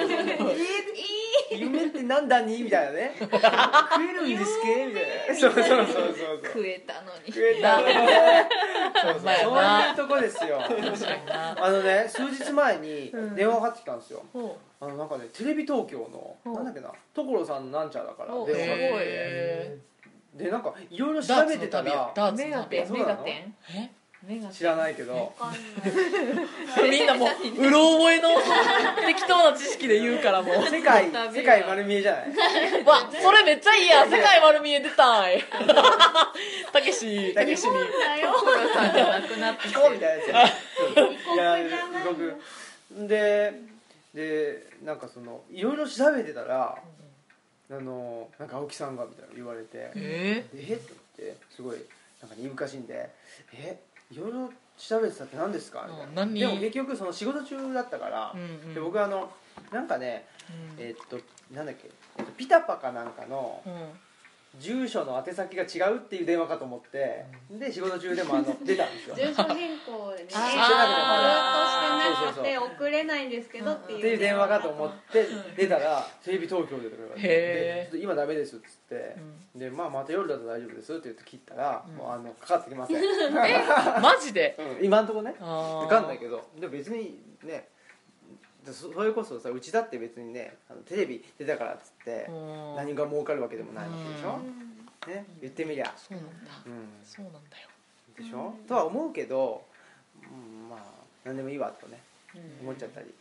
Speaker 1: 夢ってなんだに?」みたいなね「食えるんですけ?」みたいなそうそうそうそうそう
Speaker 5: 食えたのに
Speaker 1: 食えたねそうそう
Speaker 4: まあや
Speaker 1: そう
Speaker 4: な
Speaker 1: いうとこですよあのね数日前に電話がかかってきたんですよ
Speaker 4: ほ
Speaker 1: あのなんかねテレビ東京の
Speaker 5: うん
Speaker 1: なんだっけな所さんのなんちゃらから電
Speaker 5: うん
Speaker 1: 話
Speaker 4: う
Speaker 1: がかかって
Speaker 4: へ
Speaker 1: きてでなんかいろいろ
Speaker 4: ー
Speaker 1: 調
Speaker 4: ダー
Speaker 1: べ
Speaker 4: ツ
Speaker 1: て
Speaker 4: の
Speaker 1: た
Speaker 4: 旅や
Speaker 1: ら
Speaker 4: ダーツ
Speaker 5: メ
Speaker 4: の
Speaker 5: ガ
Speaker 4: 旅
Speaker 5: テ
Speaker 4: や
Speaker 5: ン
Speaker 1: そうな
Speaker 5: メガ
Speaker 1: の
Speaker 5: テン
Speaker 4: え
Speaker 5: メガテン
Speaker 1: 知らないけど
Speaker 2: わかんない
Speaker 4: みんなもううろ覚えの適当な知識で言うからもう
Speaker 1: 世界
Speaker 5: 旅は
Speaker 1: 世界丸見えじゃない
Speaker 4: わそれめっちゃいいやん世界丸見え出たいたけしたけしに
Speaker 2: だよ
Speaker 5: 所さんじゃなくなって
Speaker 1: 飛
Speaker 5: きて
Speaker 1: 行みたいなや
Speaker 2: 異
Speaker 1: つ
Speaker 2: 国
Speaker 1: い
Speaker 2: じゃ
Speaker 1: や
Speaker 2: ない
Speaker 1: すごく
Speaker 4: *laughs*
Speaker 1: ででなんかそのいろいろ調べてたらあのなんか青木さんがみたいなの言われて
Speaker 4: え
Speaker 1: でえっと思ってすごいなんかに昔しいんで「えいろいろ調べてたって何ですか?」みたい
Speaker 4: うん
Speaker 1: な
Speaker 4: 何
Speaker 1: でも結局その仕事中だったから、
Speaker 4: ーうんうん
Speaker 1: で僕あのなんかね
Speaker 4: うん
Speaker 1: えっとなんだっけ、えっとピタパかなんかの
Speaker 4: うん
Speaker 1: 住所の宛先が違うっていう電話かと思って、で仕事中でもあの出たんです
Speaker 4: *laughs*
Speaker 1: よ
Speaker 2: 住所変更でねずっとして
Speaker 4: あ
Speaker 1: ー
Speaker 2: なくて送れないんですけどって
Speaker 1: っ
Speaker 2: い
Speaker 1: ていうう電話かと思って出たら「テレビ東京で」とか言われてでちょ
Speaker 4: へー
Speaker 1: っと今ダメです」っつって。
Speaker 4: うん
Speaker 1: でまあ、また夜だと大丈夫ですって言って切ったら、
Speaker 4: うん
Speaker 1: もうあのかかってきませ
Speaker 4: *laughs*
Speaker 1: ん、
Speaker 4: マジで
Speaker 1: うん今んとこね
Speaker 4: わ
Speaker 1: わかんないけどでも別にねでそそれこそさうちだって別にねあのテレビ出たからっつって何が儲かるわけでもないわけでし
Speaker 2: う
Speaker 1: ょ、
Speaker 2: ん
Speaker 1: ね、言ってみりゃ、
Speaker 4: そうなんだ
Speaker 1: うん、
Speaker 4: そうなんだよ
Speaker 1: でしょ、
Speaker 2: うん
Speaker 1: とは思うけど、うん、まあ何でもいいわとね
Speaker 5: うん
Speaker 1: 思っちゃったり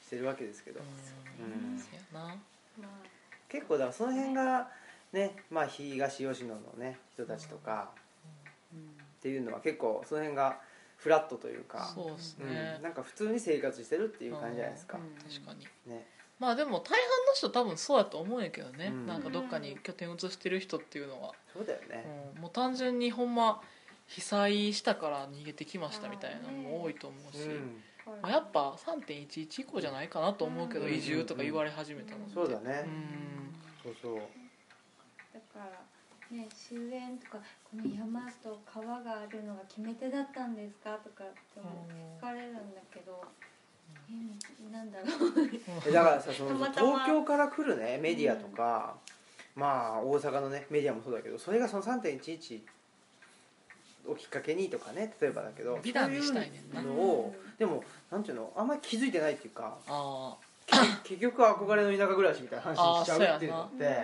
Speaker 1: してるわけですけど、うん
Speaker 4: そうやな
Speaker 2: まあ
Speaker 1: 結構だからその辺がね、まあ、東吉野のね人たちとかっていうのは結構その辺がフラットというか
Speaker 4: そうです
Speaker 1: うん
Speaker 4: ね
Speaker 1: なんか普通に生活してるっていう感じじゃないですか、
Speaker 4: 確かに
Speaker 1: ね
Speaker 4: まあでも大半の人多分そうやと思うんやけどね
Speaker 1: うん
Speaker 4: なんかどっかに拠点移してる人っていうのは
Speaker 1: そうだよね、
Speaker 4: うんもう単純にほんま被災したから逃げてきましたみたいなのも多いと思うし、まあ、やっぱ3.11以降じゃないかなと思うけど、
Speaker 1: うん
Speaker 4: 移住とか言われ始めたのって
Speaker 1: そうだね
Speaker 4: う、
Speaker 1: そうそう
Speaker 2: だからね終焉とかこの山と川があるのが決め手だったんですかとかって聞かれるんだけど、えなんだろう
Speaker 1: えだからさその
Speaker 2: たまたま
Speaker 1: 東京から来るねメディアとか、まあ大阪のねメディアもそうだけどそれがその3.11をきっかけにとかね例えばだけど
Speaker 4: 美談にしたいね
Speaker 1: そ
Speaker 4: んな
Speaker 1: ういうのを
Speaker 2: う
Speaker 1: でもなんていうのあんまり気づいてないっていう
Speaker 2: *laughs*
Speaker 1: か
Speaker 4: あ
Speaker 1: 結局憧れの田舎暮らしみたいな話しちゃうっていうのっ
Speaker 2: あーそう
Speaker 1: て
Speaker 2: やな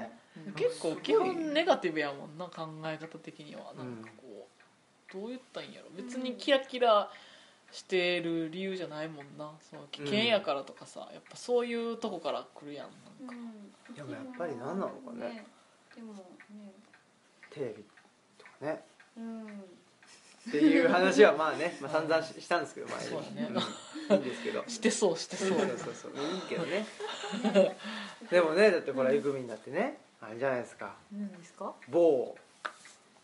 Speaker 4: あ結構基本ネガティブやもんな考え方的には
Speaker 1: う
Speaker 4: なんんかこうどう言ったらいいんやろ別にキラキラしてる理由じゃないもんなその危険やからとかさやっぱそういうとこから来るやんなんか
Speaker 2: ん
Speaker 1: でもやっぱり何なのかね
Speaker 2: でもね
Speaker 1: テレビとかね
Speaker 2: うん
Speaker 1: っていう話はまあね、まあ、散々ししたんですけど前に
Speaker 4: そうだね
Speaker 1: うんいいんですけど
Speaker 4: してそうして
Speaker 1: そ
Speaker 4: そうう
Speaker 1: そうそうそういいけどねでもねだってほらゆくみんだってねあれじゃないですか
Speaker 5: 何ですか
Speaker 1: 某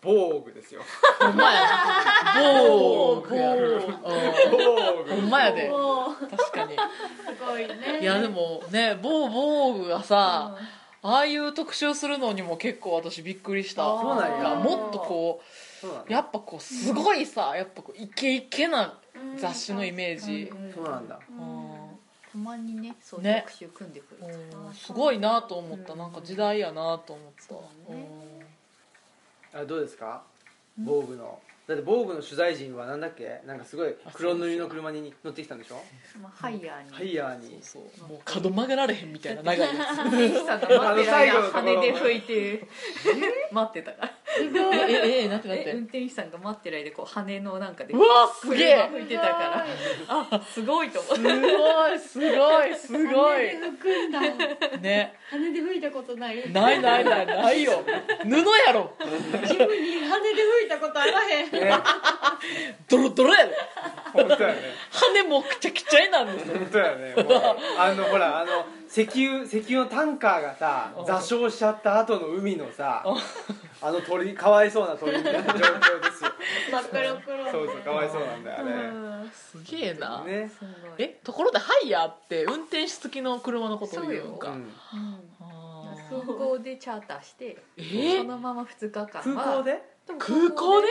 Speaker 1: 防具ですよ
Speaker 4: ほんまや防具 *laughs* や
Speaker 5: 防
Speaker 4: うん
Speaker 1: 防具
Speaker 4: ほんまやで
Speaker 2: おー
Speaker 4: 確かに
Speaker 2: すごいね
Speaker 4: いやでもね某防具がさ、ああいう特集するのにも結構私びっくりした
Speaker 5: あーそうなんや
Speaker 4: かもっとこ
Speaker 1: そうなん
Speaker 4: う
Speaker 1: だ
Speaker 4: やっぱこうすごいさやっぱこうイケイケな
Speaker 2: うん
Speaker 4: 雑誌のイメージ
Speaker 5: うん
Speaker 1: そうなんだ
Speaker 2: うん
Speaker 4: うん
Speaker 5: たまにねそう
Speaker 4: ね
Speaker 5: 特集組んでくるから、
Speaker 4: うんすごいなと思った
Speaker 5: うん
Speaker 4: なんか時代やなと思った
Speaker 5: そう
Speaker 4: う
Speaker 5: ね
Speaker 4: ん
Speaker 1: あどうですか防具のだって防具の取材陣はなんだっけなんかすごい黒塗りの車に乗ってきたんでしょ
Speaker 5: まあ、ハイヤーに、
Speaker 1: ハイヤー
Speaker 4: そう
Speaker 1: に
Speaker 4: そうもう角曲げられへんみた
Speaker 5: *laughs*
Speaker 4: いな長いやつ
Speaker 5: 選手さんが待
Speaker 1: あの
Speaker 5: ってる間
Speaker 1: 最後のところ
Speaker 5: 羽で拭いて待ってたから
Speaker 4: *laughs* ええええなってなっ
Speaker 5: え運
Speaker 4: て
Speaker 5: 転手さんが待ってる間こう羽のなんかで
Speaker 4: うわすげえ
Speaker 5: 車拭いてたからあすごいと思っ
Speaker 4: す
Speaker 5: て
Speaker 4: ごいすごいすごい
Speaker 2: 羽で吹くんだ
Speaker 4: ね
Speaker 2: 羽で吹いたことない
Speaker 4: ないないないないよ布やろ
Speaker 2: ジムに羽で吹いたことあらへん
Speaker 1: ね
Speaker 4: ドロドロやろ
Speaker 1: 本当やね
Speaker 4: 羽もくちゃくちゃになるんですよ
Speaker 1: 本当やねもう *laughs* あのほらあの石油石油のタンカーがさ
Speaker 4: うん
Speaker 1: 座礁しちゃった後の海のさあの鳥かわいそうな鳥みたいな状況です *laughs* よ
Speaker 2: 真っ黒黒ね
Speaker 1: そうそうかわいそうなんだよあれ
Speaker 5: うん
Speaker 4: すげえな
Speaker 1: ね
Speaker 5: すごい
Speaker 4: えところでハイヤーって運転手付きの車のことを言うの
Speaker 1: う
Speaker 4: か、
Speaker 1: ん
Speaker 5: うん
Speaker 4: あー
Speaker 5: 空港でチャーターして
Speaker 4: え
Speaker 5: そ
Speaker 4: ー
Speaker 5: のまま2日間は
Speaker 1: 空港で
Speaker 5: でも
Speaker 4: 空港で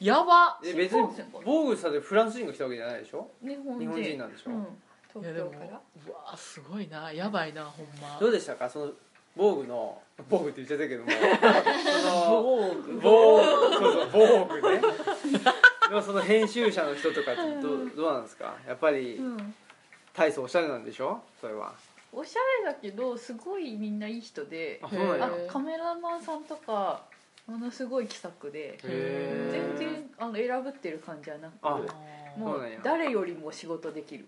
Speaker 4: やば
Speaker 1: え
Speaker 5: 新
Speaker 1: 別に
Speaker 5: 幹線かな
Speaker 1: 防具さでフランス人が来たわけじゃないでしょ
Speaker 5: 日本人
Speaker 1: 日本人なんでしょ、
Speaker 5: うん、
Speaker 4: いやで
Speaker 5: 東京
Speaker 4: も
Speaker 5: から
Speaker 4: うわすごいなやばいなほんま
Speaker 1: どうでしたかその防具の防具って言っちゃったけど *laughs* もそ
Speaker 5: 防具
Speaker 1: の防具そうそう防具ねでもその編集者の人とかってどうどうなんですかやっぱり
Speaker 5: うん
Speaker 1: 大層おしゃれなんでしょそれは
Speaker 5: おしゃれだけどすごいみんないい人で
Speaker 1: あそうなんや
Speaker 5: あカメラマンさんとかものすごい気さくで
Speaker 1: へ
Speaker 5: 全
Speaker 1: ー
Speaker 5: 然あの選ぶってる感じじゃなく
Speaker 1: あ
Speaker 4: あー
Speaker 5: も
Speaker 1: そうなん
Speaker 5: う
Speaker 1: や
Speaker 5: 誰よりも仕事できる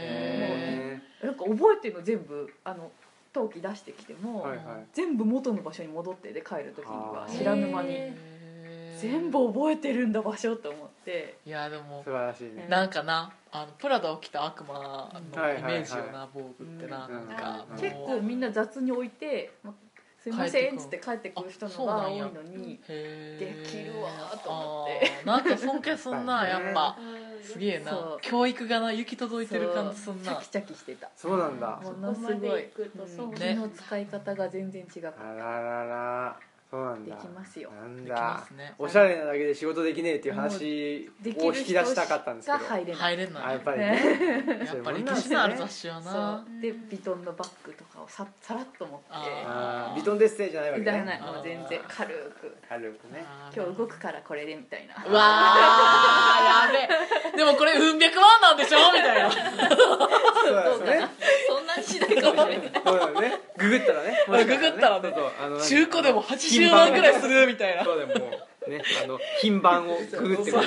Speaker 4: へ
Speaker 1: へ
Speaker 5: なんか覚えてるの全部あの陶器出してきて
Speaker 1: え
Speaker 5: も、
Speaker 1: はいはい
Speaker 5: 全部元の場所に戻ってで帰る時に
Speaker 1: あ
Speaker 5: は
Speaker 1: ー
Speaker 5: 知らぬ間
Speaker 4: え
Speaker 5: に
Speaker 4: へ
Speaker 5: 全部覚えてるんだ場所と思って
Speaker 4: いやでも
Speaker 1: 素晴らしいね
Speaker 4: なんかなあのプラダを着た悪魔のイメージよ
Speaker 1: はいはい
Speaker 4: な防具ってな
Speaker 1: うん
Speaker 4: なんか
Speaker 1: うん
Speaker 5: 結構みんな雑に置いて「ますいません」っつって帰ってくる人の方が多いのに
Speaker 4: で
Speaker 5: できるわーと思って
Speaker 4: なんか尊敬す
Speaker 1: *laughs*
Speaker 4: んな
Speaker 1: やっぱりね
Speaker 4: やっぱすげえ
Speaker 5: そ
Speaker 4: な
Speaker 5: う
Speaker 4: 教育がな行き届いてる感じすん
Speaker 5: チャ
Speaker 4: な
Speaker 5: キチャキしてた
Speaker 1: そうなんだ
Speaker 5: も
Speaker 2: こ
Speaker 5: の
Speaker 2: こ
Speaker 5: す
Speaker 2: ま
Speaker 5: ごい
Speaker 2: で行くとそう
Speaker 5: うん
Speaker 2: なんだ
Speaker 5: 気の使い方が全然違かっ
Speaker 1: あ
Speaker 5: た
Speaker 1: らららそうなん
Speaker 5: で
Speaker 1: だ
Speaker 5: きますよ
Speaker 1: なん
Speaker 4: できま
Speaker 1: だ
Speaker 4: すね
Speaker 1: おしゃれなだけで仕事できねえっていう話
Speaker 5: でき
Speaker 1: を
Speaker 5: る
Speaker 1: 引き
Speaker 5: 人
Speaker 1: 出したかったんですけど
Speaker 5: しか入れない
Speaker 4: 入れんの
Speaker 1: あやっ
Speaker 4: よ
Speaker 1: ぱり
Speaker 5: *laughs*
Speaker 1: ね
Speaker 4: やっぱり歴史のある雑誌は
Speaker 5: そ
Speaker 4: な
Speaker 5: うでビトンのバッグとかをささらっと持って
Speaker 4: あ
Speaker 1: あービトンデッセイじゃないわけ
Speaker 5: い
Speaker 1: ね
Speaker 5: らない
Speaker 4: あー
Speaker 5: もう全然軽く
Speaker 1: 軽くね
Speaker 4: あー
Speaker 5: 今日動くからこれでみたいな
Speaker 4: うわーやべえでもこれうん百万なんでしょみたいな *laughs*
Speaker 1: そうなんですね
Speaker 5: そんなにしないかもしれない
Speaker 1: そうだよねググったらねもしか
Speaker 4: ググったらね
Speaker 1: そうそうあの
Speaker 4: 中古でも80万ぐらいするみた *laughs* いな
Speaker 1: そうでもねあの品番をググってくる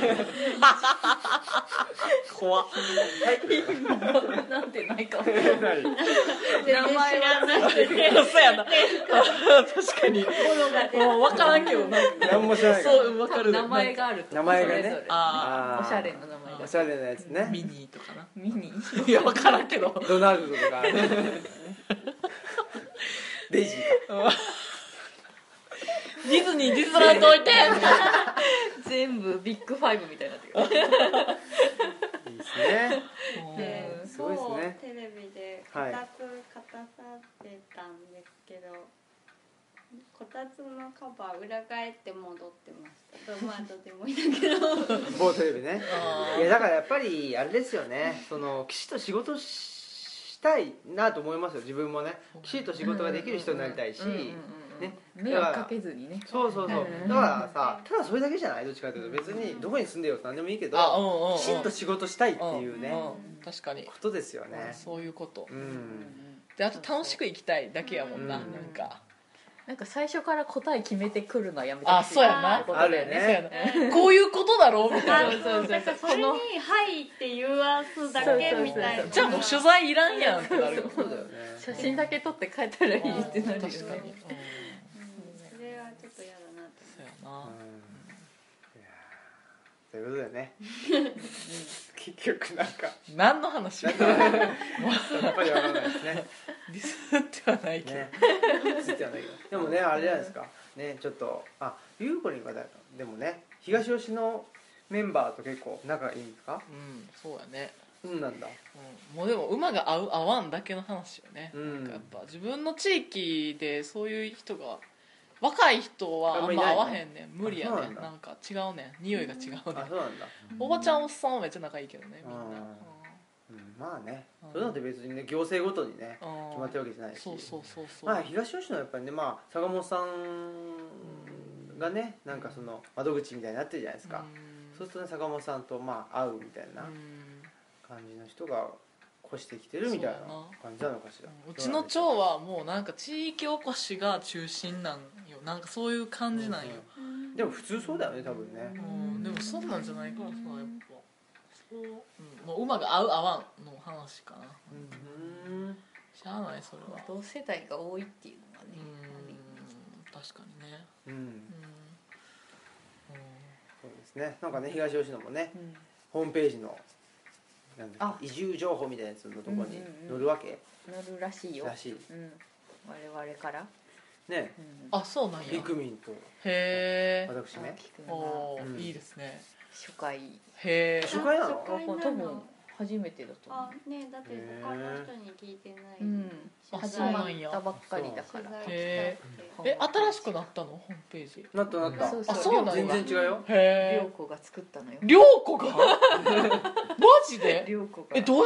Speaker 4: 怖っ
Speaker 5: *laughs* なんてないかもしれない
Speaker 1: ない
Speaker 5: 名前はない
Speaker 4: そうやな *laughs* 確かにもう分からんけどな
Speaker 1: 何も知らないから
Speaker 4: そう分かる
Speaker 5: 名前があると
Speaker 1: 名前がね
Speaker 5: それぞれ
Speaker 4: あ
Speaker 1: あー
Speaker 5: おしゃれな名前
Speaker 1: お
Speaker 5: が
Speaker 1: しゃれなやつ
Speaker 4: ーミ
Speaker 1: ね
Speaker 4: ニーとかな
Speaker 5: ミニ
Speaker 4: *laughs* いや分からんけど
Speaker 1: ドナルド
Speaker 5: *laughs*
Speaker 1: とかデイジー
Speaker 4: ディズニーディズランド置いて
Speaker 5: 全部ビッグファイブみたいになってくる
Speaker 1: かいいですね
Speaker 2: です
Speaker 1: ごいですね
Speaker 2: テレビでこ
Speaker 1: はい
Speaker 2: たつかたさってたんですけど、こたつのカバー裏返って戻ってましたどまあどうでもいいんだけど
Speaker 1: 某テレビね
Speaker 4: あー
Speaker 1: いやだからやっぱりあれですよねその棋士と仕事ししたいなと思いますよ自分もね棋士と仕事ができる人になりたいし、
Speaker 5: うんうんうんうん
Speaker 1: ね
Speaker 5: 迷惑かけずにね
Speaker 1: そうそうそう
Speaker 5: うん
Speaker 1: だからさただそれだけじゃないどっちかというと別にどこに住んでようと何でもいいけど
Speaker 4: あうんうんうん
Speaker 1: きちんと仕事したいっていうね
Speaker 4: う
Speaker 1: こ
Speaker 4: ん確かに
Speaker 1: とですよね
Speaker 4: そういうこと
Speaker 1: うん
Speaker 4: であと楽しく生きたいだけやもんな
Speaker 1: う
Speaker 4: なんんか
Speaker 5: なんか最初から答え決めてくるのはやめて
Speaker 4: あそうや
Speaker 5: っ
Speaker 4: な
Speaker 5: てこと
Speaker 1: あ
Speaker 5: だ
Speaker 1: る
Speaker 5: よね
Speaker 1: ね
Speaker 4: そうやなこういうことだろうみたい
Speaker 2: あ
Speaker 4: な
Speaker 2: そうだ *laughs* からそれに「はい」って言わすだけみたい
Speaker 5: そうそうそう
Speaker 2: な
Speaker 4: じゃあも *laughs* う取材いらんやんってなるよ
Speaker 1: そうだよね
Speaker 5: 写真だけ撮って帰ったらいいってなるよね
Speaker 4: 確かにうん
Speaker 2: うんそれはちょっと嫌だなって
Speaker 4: そうや
Speaker 1: うん
Speaker 4: ない
Speaker 1: やーということだよ
Speaker 4: *laughs*
Speaker 1: ね結局なんか
Speaker 4: 何の話も
Speaker 1: やっぱりわからないですね
Speaker 4: ディスってはないけど
Speaker 1: ね、ついてはないけどでもねあれじゃないですかねちょっとあゆうこにんかだでもね東吉のメンバーと結構仲いいんですか
Speaker 4: うんそうやね
Speaker 1: うんなんだ
Speaker 4: うんもうでも馬が合う合わんだけの話よね、
Speaker 1: うん
Speaker 4: なんかやっぱ自分の地域でそういう人が若い人は
Speaker 1: あん
Speaker 4: あ
Speaker 1: ま
Speaker 4: ん
Speaker 1: いない
Speaker 4: ま
Speaker 1: の
Speaker 4: 合わへんねん無理や
Speaker 1: あそう
Speaker 4: ね
Speaker 1: なん
Speaker 4: ん
Speaker 1: だ
Speaker 4: なんか違うねん匂いが違うね
Speaker 1: あ
Speaker 4: ん
Speaker 1: そうなんだ、
Speaker 4: おばちゃんおっさんはめっちゃ仲いいけどねみんな
Speaker 1: うんうん、まあね
Speaker 4: うん
Speaker 1: それなんて別にね行政ごとにね
Speaker 4: うん
Speaker 1: 決まってるわけじゃないし
Speaker 4: そうそうそうそう、
Speaker 1: まあ東吉野はやっぱりねまあ坂本さんがねなんかその窓口みたいになってるじゃないですか、
Speaker 4: うん
Speaker 1: そうするとね坂本さんとまあ会うみたいな
Speaker 4: うん
Speaker 1: 感じの人が越してきてるみたいな感じなのかしら
Speaker 4: うちの町はもうなんか地域おこしが中心なんよなんかそういう感じなんよ、
Speaker 1: でも普通そうだよね多分ね
Speaker 4: うん、でもそんなんじゃないからさやっぱそう、うん、もう馬が合う合わんの話かな
Speaker 1: うん
Speaker 4: しゃあないそれは
Speaker 5: 同世代が多いっていうのが
Speaker 4: う
Speaker 5: ね
Speaker 4: ん確かにね
Speaker 1: うん
Speaker 4: うん、
Speaker 1: そうですねなんかね東吉野もね
Speaker 5: うん
Speaker 1: ホームページのなんだっけ移
Speaker 5: あ
Speaker 1: 住情報みたいなやつのとこに
Speaker 5: うんうんうん
Speaker 1: 載るわけ
Speaker 5: なるらしいよ
Speaker 1: らしい
Speaker 5: うん我々から
Speaker 1: ね
Speaker 5: うん
Speaker 4: あそうなんや
Speaker 1: ピクミンと
Speaker 4: へえ
Speaker 1: 私ね
Speaker 5: 聞くの
Speaker 4: おー
Speaker 1: うん
Speaker 4: いいですね
Speaker 5: が初回
Speaker 4: へえ
Speaker 1: 初回なの
Speaker 2: 初回な
Speaker 5: 多分
Speaker 2: の
Speaker 5: 初めてだと思
Speaker 2: あねだって他の人に聞いてないう
Speaker 5: うん
Speaker 4: あ
Speaker 5: 始
Speaker 4: そうな
Speaker 5: ま
Speaker 4: んや
Speaker 5: ったばっかりだか
Speaker 2: 取
Speaker 5: ら
Speaker 2: 材したく
Speaker 4: へ
Speaker 2: て
Speaker 5: ー
Speaker 4: え新しくなったのホームページ
Speaker 1: なったなった
Speaker 5: そう
Speaker 4: あそうなん
Speaker 1: 全
Speaker 4: や
Speaker 1: 然
Speaker 4: へ
Speaker 1: 違うよ
Speaker 5: 涼
Speaker 4: え
Speaker 5: 子が作ったのよ
Speaker 4: 涼子がマジで
Speaker 5: 涼子が
Speaker 4: えどうやっ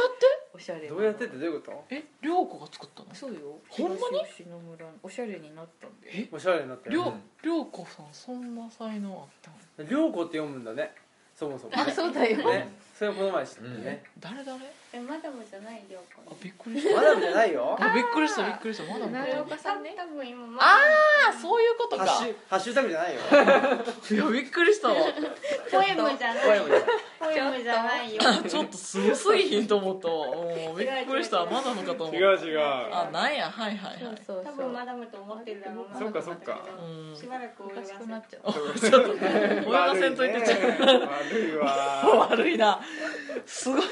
Speaker 5: おしゃれな
Speaker 1: どうやってってどういうこと
Speaker 4: てえ涼子が作ったの
Speaker 5: そうよ
Speaker 4: ほんまに
Speaker 5: 東吉野村のおしゃれになったんだよ
Speaker 4: え
Speaker 1: おしゃれになった
Speaker 4: 涼
Speaker 1: よ
Speaker 4: 涼子さんそんな才能あったの
Speaker 1: うん涼子って読むんだねそもそも
Speaker 5: あ
Speaker 1: ね
Speaker 5: そうだよ
Speaker 1: ねそれをこの前知ってね
Speaker 4: 誰誰
Speaker 2: えマダムじゃない涼
Speaker 4: あ
Speaker 2: 子
Speaker 4: びっくり
Speaker 5: *laughs*
Speaker 4: した
Speaker 1: マダムじゃないよ
Speaker 4: あびっくりしたびっくりしたまだ
Speaker 5: なるほ
Speaker 4: ま
Speaker 5: ど
Speaker 4: だ
Speaker 5: さんね
Speaker 2: 多分今
Speaker 4: ああそういうこと
Speaker 1: ハ
Speaker 4: か
Speaker 1: ッシュハッシュタグじゃないよ
Speaker 4: いやびっくりしたわ *laughs*
Speaker 2: ポエムじゃない
Speaker 1: 怖いもんじゃない
Speaker 2: ポエムじゃないよ
Speaker 4: ちょっとすごすぎひんと思ったもうびっくりしたまだのかと思った
Speaker 8: 違う違う
Speaker 4: あなんやはいはいはい
Speaker 5: そう
Speaker 2: 多
Speaker 5: そう
Speaker 2: 分マダムと思ってるだろうな
Speaker 8: そっかそっか
Speaker 4: うん
Speaker 2: しばらく
Speaker 5: お
Speaker 2: 泳
Speaker 5: か
Speaker 2: が
Speaker 5: し
Speaker 2: せ
Speaker 5: くなっちゃう
Speaker 4: ちょっと泳がせんといてちょっと
Speaker 8: 悪いわ
Speaker 4: 悪いなすごい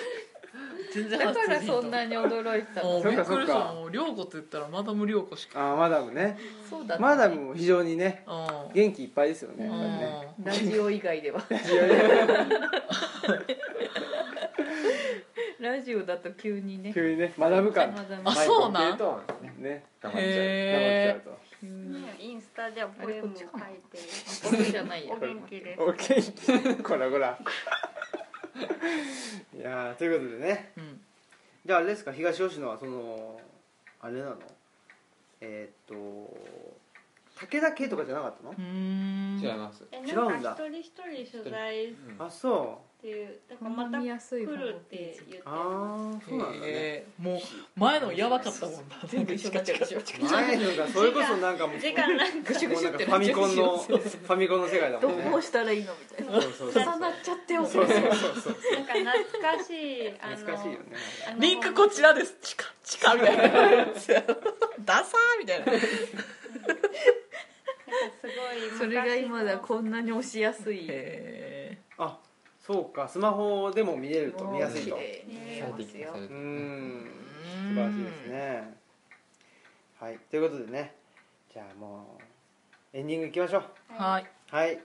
Speaker 4: 全然
Speaker 5: *laughs* だからそん
Speaker 4: に
Speaker 5: なに驚いてた
Speaker 4: も
Speaker 5: の
Speaker 4: うびっくりし
Speaker 8: そっか
Speaker 4: た
Speaker 8: そっか
Speaker 4: もう涼子って言ったらマダム涼子しか
Speaker 1: あーマダムね
Speaker 5: そうだった
Speaker 1: マダムも非常にね
Speaker 4: うん
Speaker 1: 元気いっぱいですよね
Speaker 4: う
Speaker 1: やっぱりね
Speaker 4: ん
Speaker 5: ラジオ以外ではラジオだと急にね
Speaker 1: 急にねマダム感
Speaker 5: マダム
Speaker 4: あそ
Speaker 7: デ
Speaker 4: うな
Speaker 7: ー
Speaker 4: んへ
Speaker 7: トーンですね
Speaker 1: ね
Speaker 7: 頑張っちゃう
Speaker 1: 生
Speaker 4: え
Speaker 1: きちゃう
Speaker 5: 急に
Speaker 2: ねインスタではポエムを書いて
Speaker 5: これじゃないや
Speaker 2: お元
Speaker 1: *laughs*
Speaker 2: 気です
Speaker 1: とお元気こらこらいやーということでね
Speaker 4: うん
Speaker 1: じゃああれですか東吉野はそのあれなのえーっと武田家とかじゃなかったの
Speaker 4: うーん
Speaker 7: 違います
Speaker 2: え
Speaker 1: 違う
Speaker 2: なんん
Speaker 1: だ
Speaker 2: か一人一人取材っ
Speaker 7: うん
Speaker 1: あそ
Speaker 2: ていうだからま
Speaker 5: ま
Speaker 2: た
Speaker 5: 見
Speaker 2: 来
Speaker 5: やすい方
Speaker 2: る
Speaker 5: の
Speaker 2: って
Speaker 5: ページ
Speaker 2: 言って
Speaker 1: う
Speaker 2: ま
Speaker 1: ああそうなんだね
Speaker 4: へーもう前のやばかったもんな
Speaker 5: 全部一緒になっちゃうでしょ
Speaker 1: 前のがそれこそなんかもう
Speaker 2: す時間なんか
Speaker 5: ぐしゅぐ
Speaker 1: もう
Speaker 5: し
Speaker 1: な
Speaker 5: ゅ
Speaker 1: ん
Speaker 5: っ
Speaker 1: か
Speaker 5: て
Speaker 1: フ
Speaker 5: な
Speaker 1: ァ
Speaker 5: っち
Speaker 1: ミ
Speaker 5: ゃう
Speaker 1: コン *laughs* のフ
Speaker 5: そうそう
Speaker 1: ァミコンの世界だも
Speaker 5: ど
Speaker 1: んね
Speaker 5: うしたらいいのみたいな
Speaker 1: そうそうそう
Speaker 5: 重なっちゃってお
Speaker 1: そうそうそう
Speaker 2: なんか懐かしいあの
Speaker 1: 懐かしいよね
Speaker 2: あの
Speaker 4: *laughs* リンクこちらですチカチカみたいな *laughs* ダサーみたいな
Speaker 2: なんかすごい
Speaker 5: それが今だ
Speaker 2: こ
Speaker 5: こんなに押しやすい
Speaker 4: へ
Speaker 1: あそうかスマホでも見れると
Speaker 5: もう
Speaker 1: 見やすい
Speaker 5: 綺
Speaker 1: と
Speaker 5: 麗に見え
Speaker 7: 最
Speaker 5: ま
Speaker 7: 適
Speaker 5: すよ
Speaker 7: 化され
Speaker 1: うー
Speaker 7: て
Speaker 1: ん
Speaker 4: ー
Speaker 1: 素晴らしいですねはいということでねじゃあもうエンディングいきましょう
Speaker 4: はい
Speaker 1: はい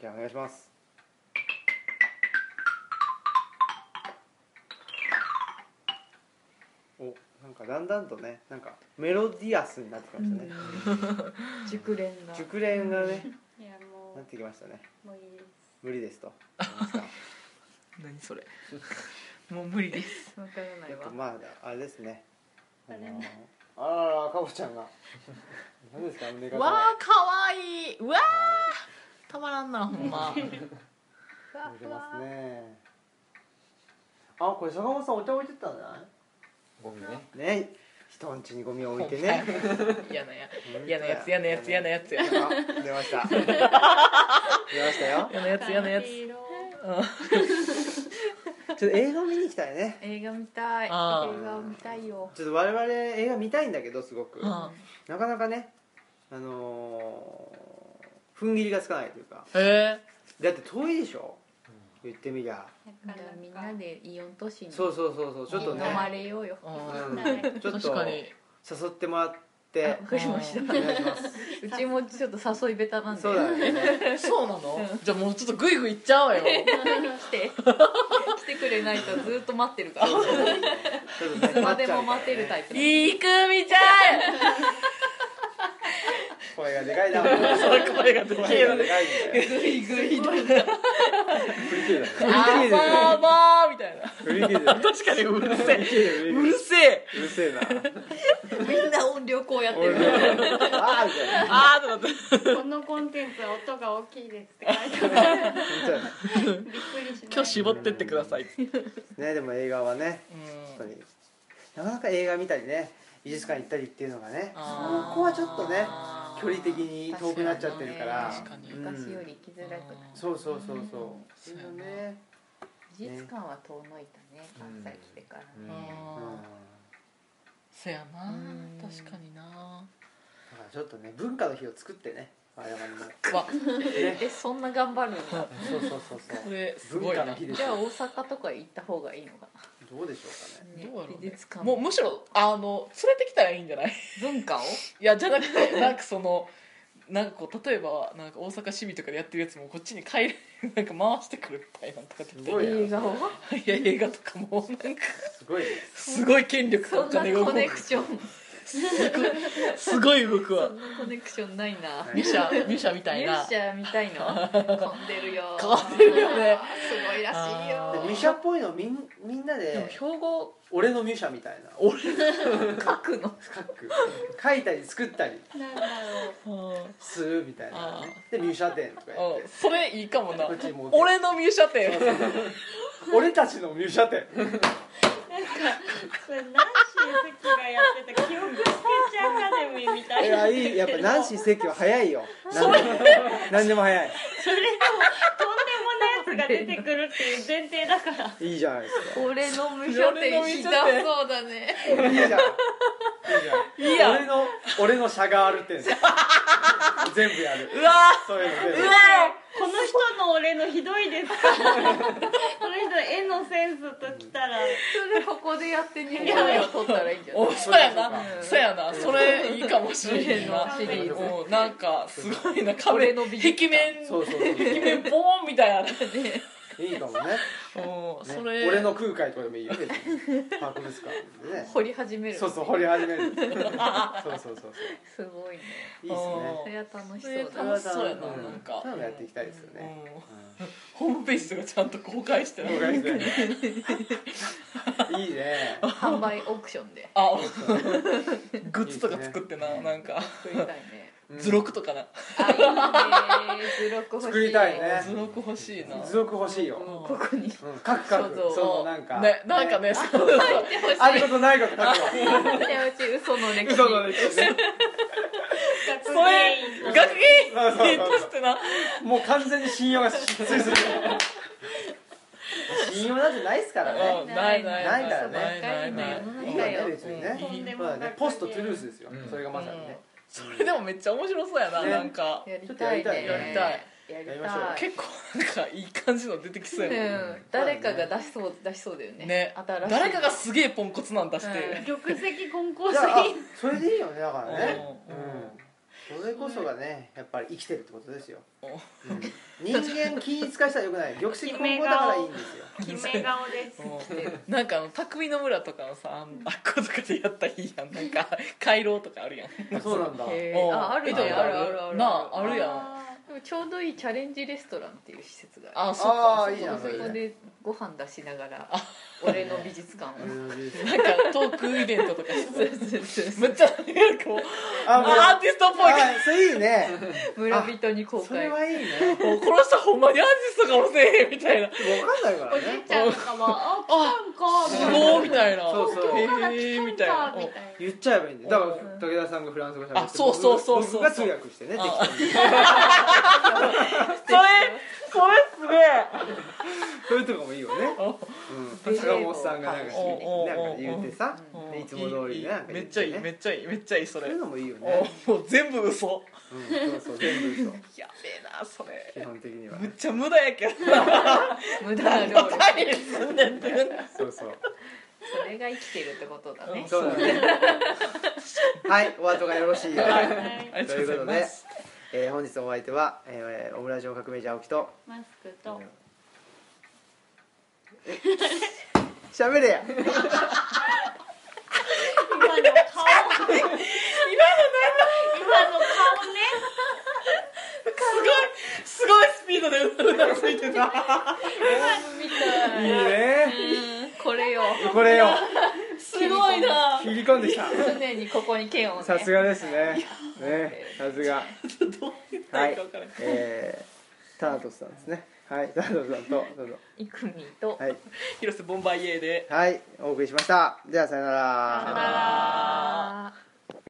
Speaker 1: じゃあお願いしますおなんかだんだんとねなんかメロディアスになってきましたね、
Speaker 5: 熟練が
Speaker 1: 熟練がね
Speaker 2: いやも
Speaker 1: なってきましたね
Speaker 2: うもういいです
Speaker 1: 無理ですと *laughs*
Speaker 4: 何それもう無理
Speaker 1: *laughs*
Speaker 4: です
Speaker 5: わからない
Speaker 1: えっと
Speaker 5: わ
Speaker 1: まああれですねあの
Speaker 2: あれね
Speaker 1: あららかぼちゃんが何ですかあの寝方
Speaker 4: わ
Speaker 1: は
Speaker 4: あかわいいうわーたまらんなほんま
Speaker 1: 寝てますねあこれ坂本さんお茶置いてったんじゃ
Speaker 7: ゴミね
Speaker 1: ないね人んちにゴミを置いてね
Speaker 4: 嫌なや嫌なやつ嫌なやつ嫌なやつ
Speaker 1: あ
Speaker 4: 嫌
Speaker 1: 出ました出ました *laughs* よ
Speaker 4: なやつ嫌なやつ
Speaker 2: 黄色
Speaker 1: ちょっと映画見に行きたいね
Speaker 5: 映画見たい映
Speaker 4: あ
Speaker 1: ー
Speaker 5: 画を見たいよ
Speaker 1: ちょっと我々映画見たいんだけどすごく
Speaker 4: うんうん
Speaker 1: なかなかねあのー踏ん切りがつかないというか
Speaker 4: へ
Speaker 1: だって遠いでしょ言ってみりゃ
Speaker 5: じゃあみんなでイオン都市に
Speaker 1: そうそうそうそうちょっと
Speaker 5: 飲
Speaker 1: ね
Speaker 5: まれようよ
Speaker 4: えう
Speaker 1: うん
Speaker 4: ん
Speaker 2: はい
Speaker 1: ちょっ
Speaker 4: 確
Speaker 1: と
Speaker 4: かに
Speaker 1: 誘ってもらっ
Speaker 5: あ
Speaker 1: て
Speaker 5: わかりました
Speaker 1: お願いします
Speaker 5: うちもちょっと誘い下手なんで
Speaker 1: そうだね
Speaker 4: そうなのじゃあもうちょっとグイグイいっちゃお *laughs* うよ
Speaker 5: *laughs* 来
Speaker 4: *laughs*
Speaker 5: て来てくれないとずっと待ってるから
Speaker 1: ちょっとね
Speaker 5: いつまでも待てるタイプだ
Speaker 4: いくみちゃん
Speaker 1: 声がでかいな
Speaker 4: それ声がでけ
Speaker 1: 声
Speaker 4: え
Speaker 1: が
Speaker 4: の
Speaker 1: でかいんだよ
Speaker 4: グイグイ
Speaker 1: 振り切れだ
Speaker 4: あ
Speaker 1: ね
Speaker 4: ばばーみたいな
Speaker 1: 振り切れだね
Speaker 4: 確かにうるせえ
Speaker 1: 振り
Speaker 4: う
Speaker 1: 切れだね
Speaker 4: るせえ
Speaker 1: うるせえな
Speaker 5: みんな音量こうやって
Speaker 1: 俺
Speaker 5: る
Speaker 1: のああみたいな
Speaker 4: あーってなって
Speaker 2: このコンテンツは音が大きいですって書いてある
Speaker 1: 本当やね
Speaker 2: びっくりしない
Speaker 4: *laughs* 今日絞ってってくださいうん
Speaker 1: ねでも映画はね本当になかなか映画見たりね美術館行ったりっていうのがねそ
Speaker 4: あー
Speaker 1: こはちょっとね距離的に遠くなっちゃってるから
Speaker 4: 確かに
Speaker 1: うん
Speaker 5: 昔より行きづらくなる
Speaker 1: そうそうそうそうそれ
Speaker 4: そうや
Speaker 1: が
Speaker 4: な
Speaker 1: ね
Speaker 5: 美術館は遠のいたね関西来てからね
Speaker 7: うん
Speaker 1: うん
Speaker 4: あーそやな
Speaker 5: うん
Speaker 4: 確かにな
Speaker 1: だからちょっとね文化の日を作ってね我々も
Speaker 4: わ
Speaker 5: えそんな頑張るんだ
Speaker 1: そうそうそう
Speaker 4: こ
Speaker 1: そ
Speaker 4: れす
Speaker 1: う
Speaker 4: ご
Speaker 1: 文
Speaker 4: い
Speaker 1: 化
Speaker 4: な
Speaker 1: の日です
Speaker 5: じゃあ
Speaker 1: よ
Speaker 5: 大阪とか行った方がいいのか
Speaker 1: どうでしょうかね
Speaker 5: な、
Speaker 4: どうやろうね
Speaker 5: 美術館
Speaker 4: もうむしろあの連れてきたらいいんじゃない
Speaker 5: 文化を
Speaker 4: いやじゃなくて *laughs* なんかそのなんかこう例えばなんか大阪市民とかでやってるやつもこっちに帰る *laughs* なんか回してくるみたいなのとかって
Speaker 1: す
Speaker 4: 言
Speaker 1: ご
Speaker 4: っ
Speaker 1: いな
Speaker 5: 映画を
Speaker 4: ていや映画とかもなんか
Speaker 1: すごいね
Speaker 4: すごい権力と *laughs*
Speaker 5: そ
Speaker 4: お
Speaker 5: んな
Speaker 4: 金が動
Speaker 5: コネ
Speaker 4: く
Speaker 5: クション
Speaker 4: すごい動く
Speaker 5: そ
Speaker 4: わ
Speaker 5: んなコネクションないな
Speaker 1: は
Speaker 4: ミュシャミュシャみたい
Speaker 5: ミュ
Speaker 4: な
Speaker 5: ージア
Speaker 4: *laughs*
Speaker 5: みたいな混んでるよ
Speaker 4: 混んでるよね
Speaker 5: すごいらしい
Speaker 4: あ
Speaker 1: で
Speaker 4: ー
Speaker 5: よ
Speaker 1: ミュシャっぽいのみんみんな
Speaker 4: でも
Speaker 1: で
Speaker 4: 標語
Speaker 1: 俺のミュシャみたいな
Speaker 4: 俺
Speaker 5: 書くの
Speaker 1: *laughs* 書く書いたり作ったり
Speaker 2: なんだろう
Speaker 4: うん
Speaker 1: するみたいなねでミュシャ店とかやっ
Speaker 4: う
Speaker 1: て
Speaker 4: んそれいいかもな
Speaker 1: こっちも
Speaker 4: 俺のミュシャ店
Speaker 1: *laughs* 俺たちのミュシャ店
Speaker 2: なんかそれナンシー関がやってた記憶スケッチアカデミーみた
Speaker 1: い
Speaker 2: いな
Speaker 1: やいいやっぱ *laughs* ナンシー関は早いよ何でも何でも早い
Speaker 2: それでもとんでもないやつクが出てくるっていう前提だから
Speaker 1: いいじゃないですか
Speaker 5: 俺の無所
Speaker 4: 俺の無
Speaker 5: 点
Speaker 4: 所
Speaker 5: ひ
Speaker 4: 点
Speaker 5: どそうだね
Speaker 1: いいじゃんいいじ
Speaker 4: いい
Speaker 1: ゃん
Speaker 4: や
Speaker 1: 俺の俺のシャガールってんですよ全部やる
Speaker 4: うわ
Speaker 1: そういうの全部
Speaker 4: う
Speaker 1: や
Speaker 4: わ
Speaker 1: る
Speaker 2: この人の俺のひどいですからこの人の絵のセンスときたら
Speaker 5: それここでやって2回を取ったらいいんじゃない
Speaker 4: おそうやなそうやなそれいいかもしれんな
Speaker 5: シリーズ
Speaker 4: うんなんかすごいな
Speaker 5: 俺
Speaker 4: 壁
Speaker 5: の
Speaker 4: の
Speaker 5: 美術館
Speaker 4: 壁面
Speaker 1: そうそうそう
Speaker 4: 壁面ボーンみたいなね
Speaker 1: いいかもね
Speaker 4: うん
Speaker 1: ね
Speaker 4: それ
Speaker 1: 俺の空海とかでもいいよ別に博物館でね
Speaker 5: 掘り始める
Speaker 1: そうそう掘り始めるそうそうそうそう
Speaker 5: すごいね
Speaker 1: いいです
Speaker 4: う
Speaker 1: ね
Speaker 4: ん
Speaker 5: それは楽し
Speaker 4: そ
Speaker 5: そう
Speaker 4: れ
Speaker 5: だ
Speaker 4: 楽しそう
Speaker 1: う
Speaker 4: やな
Speaker 1: ん
Speaker 4: なんか
Speaker 1: そういうのやっていきたいですよね
Speaker 4: うんホームページとかちゃんと公開してな
Speaker 1: 了解ですねいいね
Speaker 5: 販売オークションで
Speaker 4: あグッズとか作ってななんか
Speaker 5: 作りたいね
Speaker 1: うん
Speaker 4: 図録とかな
Speaker 5: あいいね図録欲しい
Speaker 1: 作りたいね
Speaker 4: 図録欲しいな
Speaker 1: 図録欲しいよ
Speaker 4: うん
Speaker 5: ここ
Speaker 1: う
Speaker 5: に
Speaker 1: ん書く書く
Speaker 5: そうそう
Speaker 1: そうなんか
Speaker 4: ねなんかねそうそうそう
Speaker 5: 欲しい
Speaker 1: あることないこと書くわ
Speaker 5: うち嘘の歴史
Speaker 1: 嘘の歴史ね
Speaker 4: それ学芸員としてな
Speaker 1: もう完全に信用が失墜する信用なんてないですからね
Speaker 4: うんないない
Speaker 1: ないからね
Speaker 4: ないない
Speaker 5: 嘘ばっ
Speaker 1: い
Speaker 5: かり
Speaker 1: い
Speaker 5: の世の中
Speaker 1: ね
Speaker 5: よ
Speaker 1: 別にね
Speaker 4: うん
Speaker 2: とんで
Speaker 1: そ
Speaker 2: も
Speaker 1: うだ
Speaker 2: な
Speaker 1: ね
Speaker 2: く
Speaker 1: ポストトゥルースですよ
Speaker 7: うん
Speaker 1: それがまさにね
Speaker 4: それでもめっちゃ面白そうやな、
Speaker 1: ね
Speaker 4: なんか
Speaker 5: やりた
Speaker 1: や
Speaker 4: り
Speaker 5: いね
Speaker 4: たい
Speaker 5: やり
Speaker 1: やりましょうよ
Speaker 5: たい
Speaker 4: 結構なんかいい感じの出てきそうやも
Speaker 5: うん誰かが出しそう出しそうだよね
Speaker 4: んね
Speaker 5: 新しい
Speaker 4: 誰かがすげえポンコツなん出して、
Speaker 5: うん
Speaker 2: 玉石混交
Speaker 1: じゃああ
Speaker 2: 戦
Speaker 1: それでいいよねだからね
Speaker 4: う
Speaker 1: うんそれこそがねやっぱり生きてるってことですよ、
Speaker 4: お
Speaker 1: うん人間気遣いしたらよくない玉石混交だからいいんですよ
Speaker 2: 決め顔です
Speaker 4: うんなんかあの匠の村とかのさあんあっことかでやったらいいやんなんか回廊とかあるやん
Speaker 1: そうなんだ
Speaker 5: へ
Speaker 4: う
Speaker 5: ー
Speaker 4: ん
Speaker 5: あある
Speaker 4: 見たこ
Speaker 5: ね
Speaker 4: と
Speaker 5: あるあるある
Speaker 4: なああるやん
Speaker 2: あ
Speaker 5: でもちょうどいいチャレンジレストランっていう施設があ
Speaker 4: あそっか
Speaker 1: ああ
Speaker 5: る
Speaker 1: いいじゃん
Speaker 5: そ
Speaker 1: それ
Speaker 5: こ
Speaker 1: で
Speaker 5: でご飯出しながら俺の美術館
Speaker 1: *laughs*
Speaker 5: を
Speaker 1: 俺の人生
Speaker 4: なんかトークイベントとかして
Speaker 5: そうそうそ
Speaker 4: め
Speaker 5: う
Speaker 4: っちゃなんかこう
Speaker 1: あもう
Speaker 4: アーティストっぽい
Speaker 1: あそれいいね
Speaker 5: 村人に公
Speaker 1: それ
Speaker 5: 開
Speaker 1: はいいね
Speaker 4: もうこの人ほんまにアーティストかもせえへんみたいな
Speaker 1: 分かんないか
Speaker 2: ーお
Speaker 1: ら
Speaker 2: じい
Speaker 1: ね
Speaker 2: ちゃんとかもあ来
Speaker 4: す
Speaker 2: たんか
Speaker 4: ごいみたいな
Speaker 1: そうそう
Speaker 4: へ
Speaker 2: 来
Speaker 4: え
Speaker 2: たん
Speaker 4: みたいな
Speaker 2: かみたいな
Speaker 1: 言っちゃえばいいんでだから武田さんがフランス語しゃべって
Speaker 4: あそうそうそうそう
Speaker 1: 僕が通訳してねできた
Speaker 4: あ
Speaker 1: んで
Speaker 4: それそれすげえ
Speaker 1: それとかもいいよねうん坂本さんがなんか
Speaker 4: おうおう
Speaker 1: なんか言ってさ
Speaker 5: うん
Speaker 1: でいつも通りねなんか
Speaker 4: め
Speaker 1: 言
Speaker 4: って
Speaker 1: ね
Speaker 4: ちゃいいめっちゃいいめっちゃいいそ
Speaker 1: そ
Speaker 4: れ
Speaker 1: ういうのもいいよね
Speaker 4: おもう全部嘘
Speaker 1: うんそうそう全部嘘
Speaker 4: やべえなそれ
Speaker 1: 基本的には
Speaker 4: むっちゃ無駄やけどな
Speaker 5: 無駄な料理
Speaker 4: 答えに住んでんだよな
Speaker 1: そうそう
Speaker 5: それが生きてるってことだね
Speaker 1: そうだねはいお後がよろしいよ
Speaker 2: はい
Speaker 4: ありが
Speaker 1: と
Speaker 4: と
Speaker 1: いうう
Speaker 4: ござい
Speaker 1: こと
Speaker 4: ま、
Speaker 1: ですえー、本日のお相手は、えー、オムラジオ革命者青木と
Speaker 2: マスクと
Speaker 1: 喋れや
Speaker 2: 今の顔今の今の顔ね
Speaker 4: すごいスピードでうなずいてた
Speaker 1: いいね
Speaker 5: これよ
Speaker 1: これよ
Speaker 4: すごいな
Speaker 1: 切り込んできた
Speaker 5: 常にここに剣をね
Speaker 1: さすがですねねさすが
Speaker 4: どう言ったらいいか分からん、
Speaker 1: えー、タートスさんですねはいタートスさんとどうぞ
Speaker 5: イクミと
Speaker 1: はい、
Speaker 4: 広瀬ボンバイエーで
Speaker 1: はい、お送りしましたではさよなら
Speaker 2: さよなら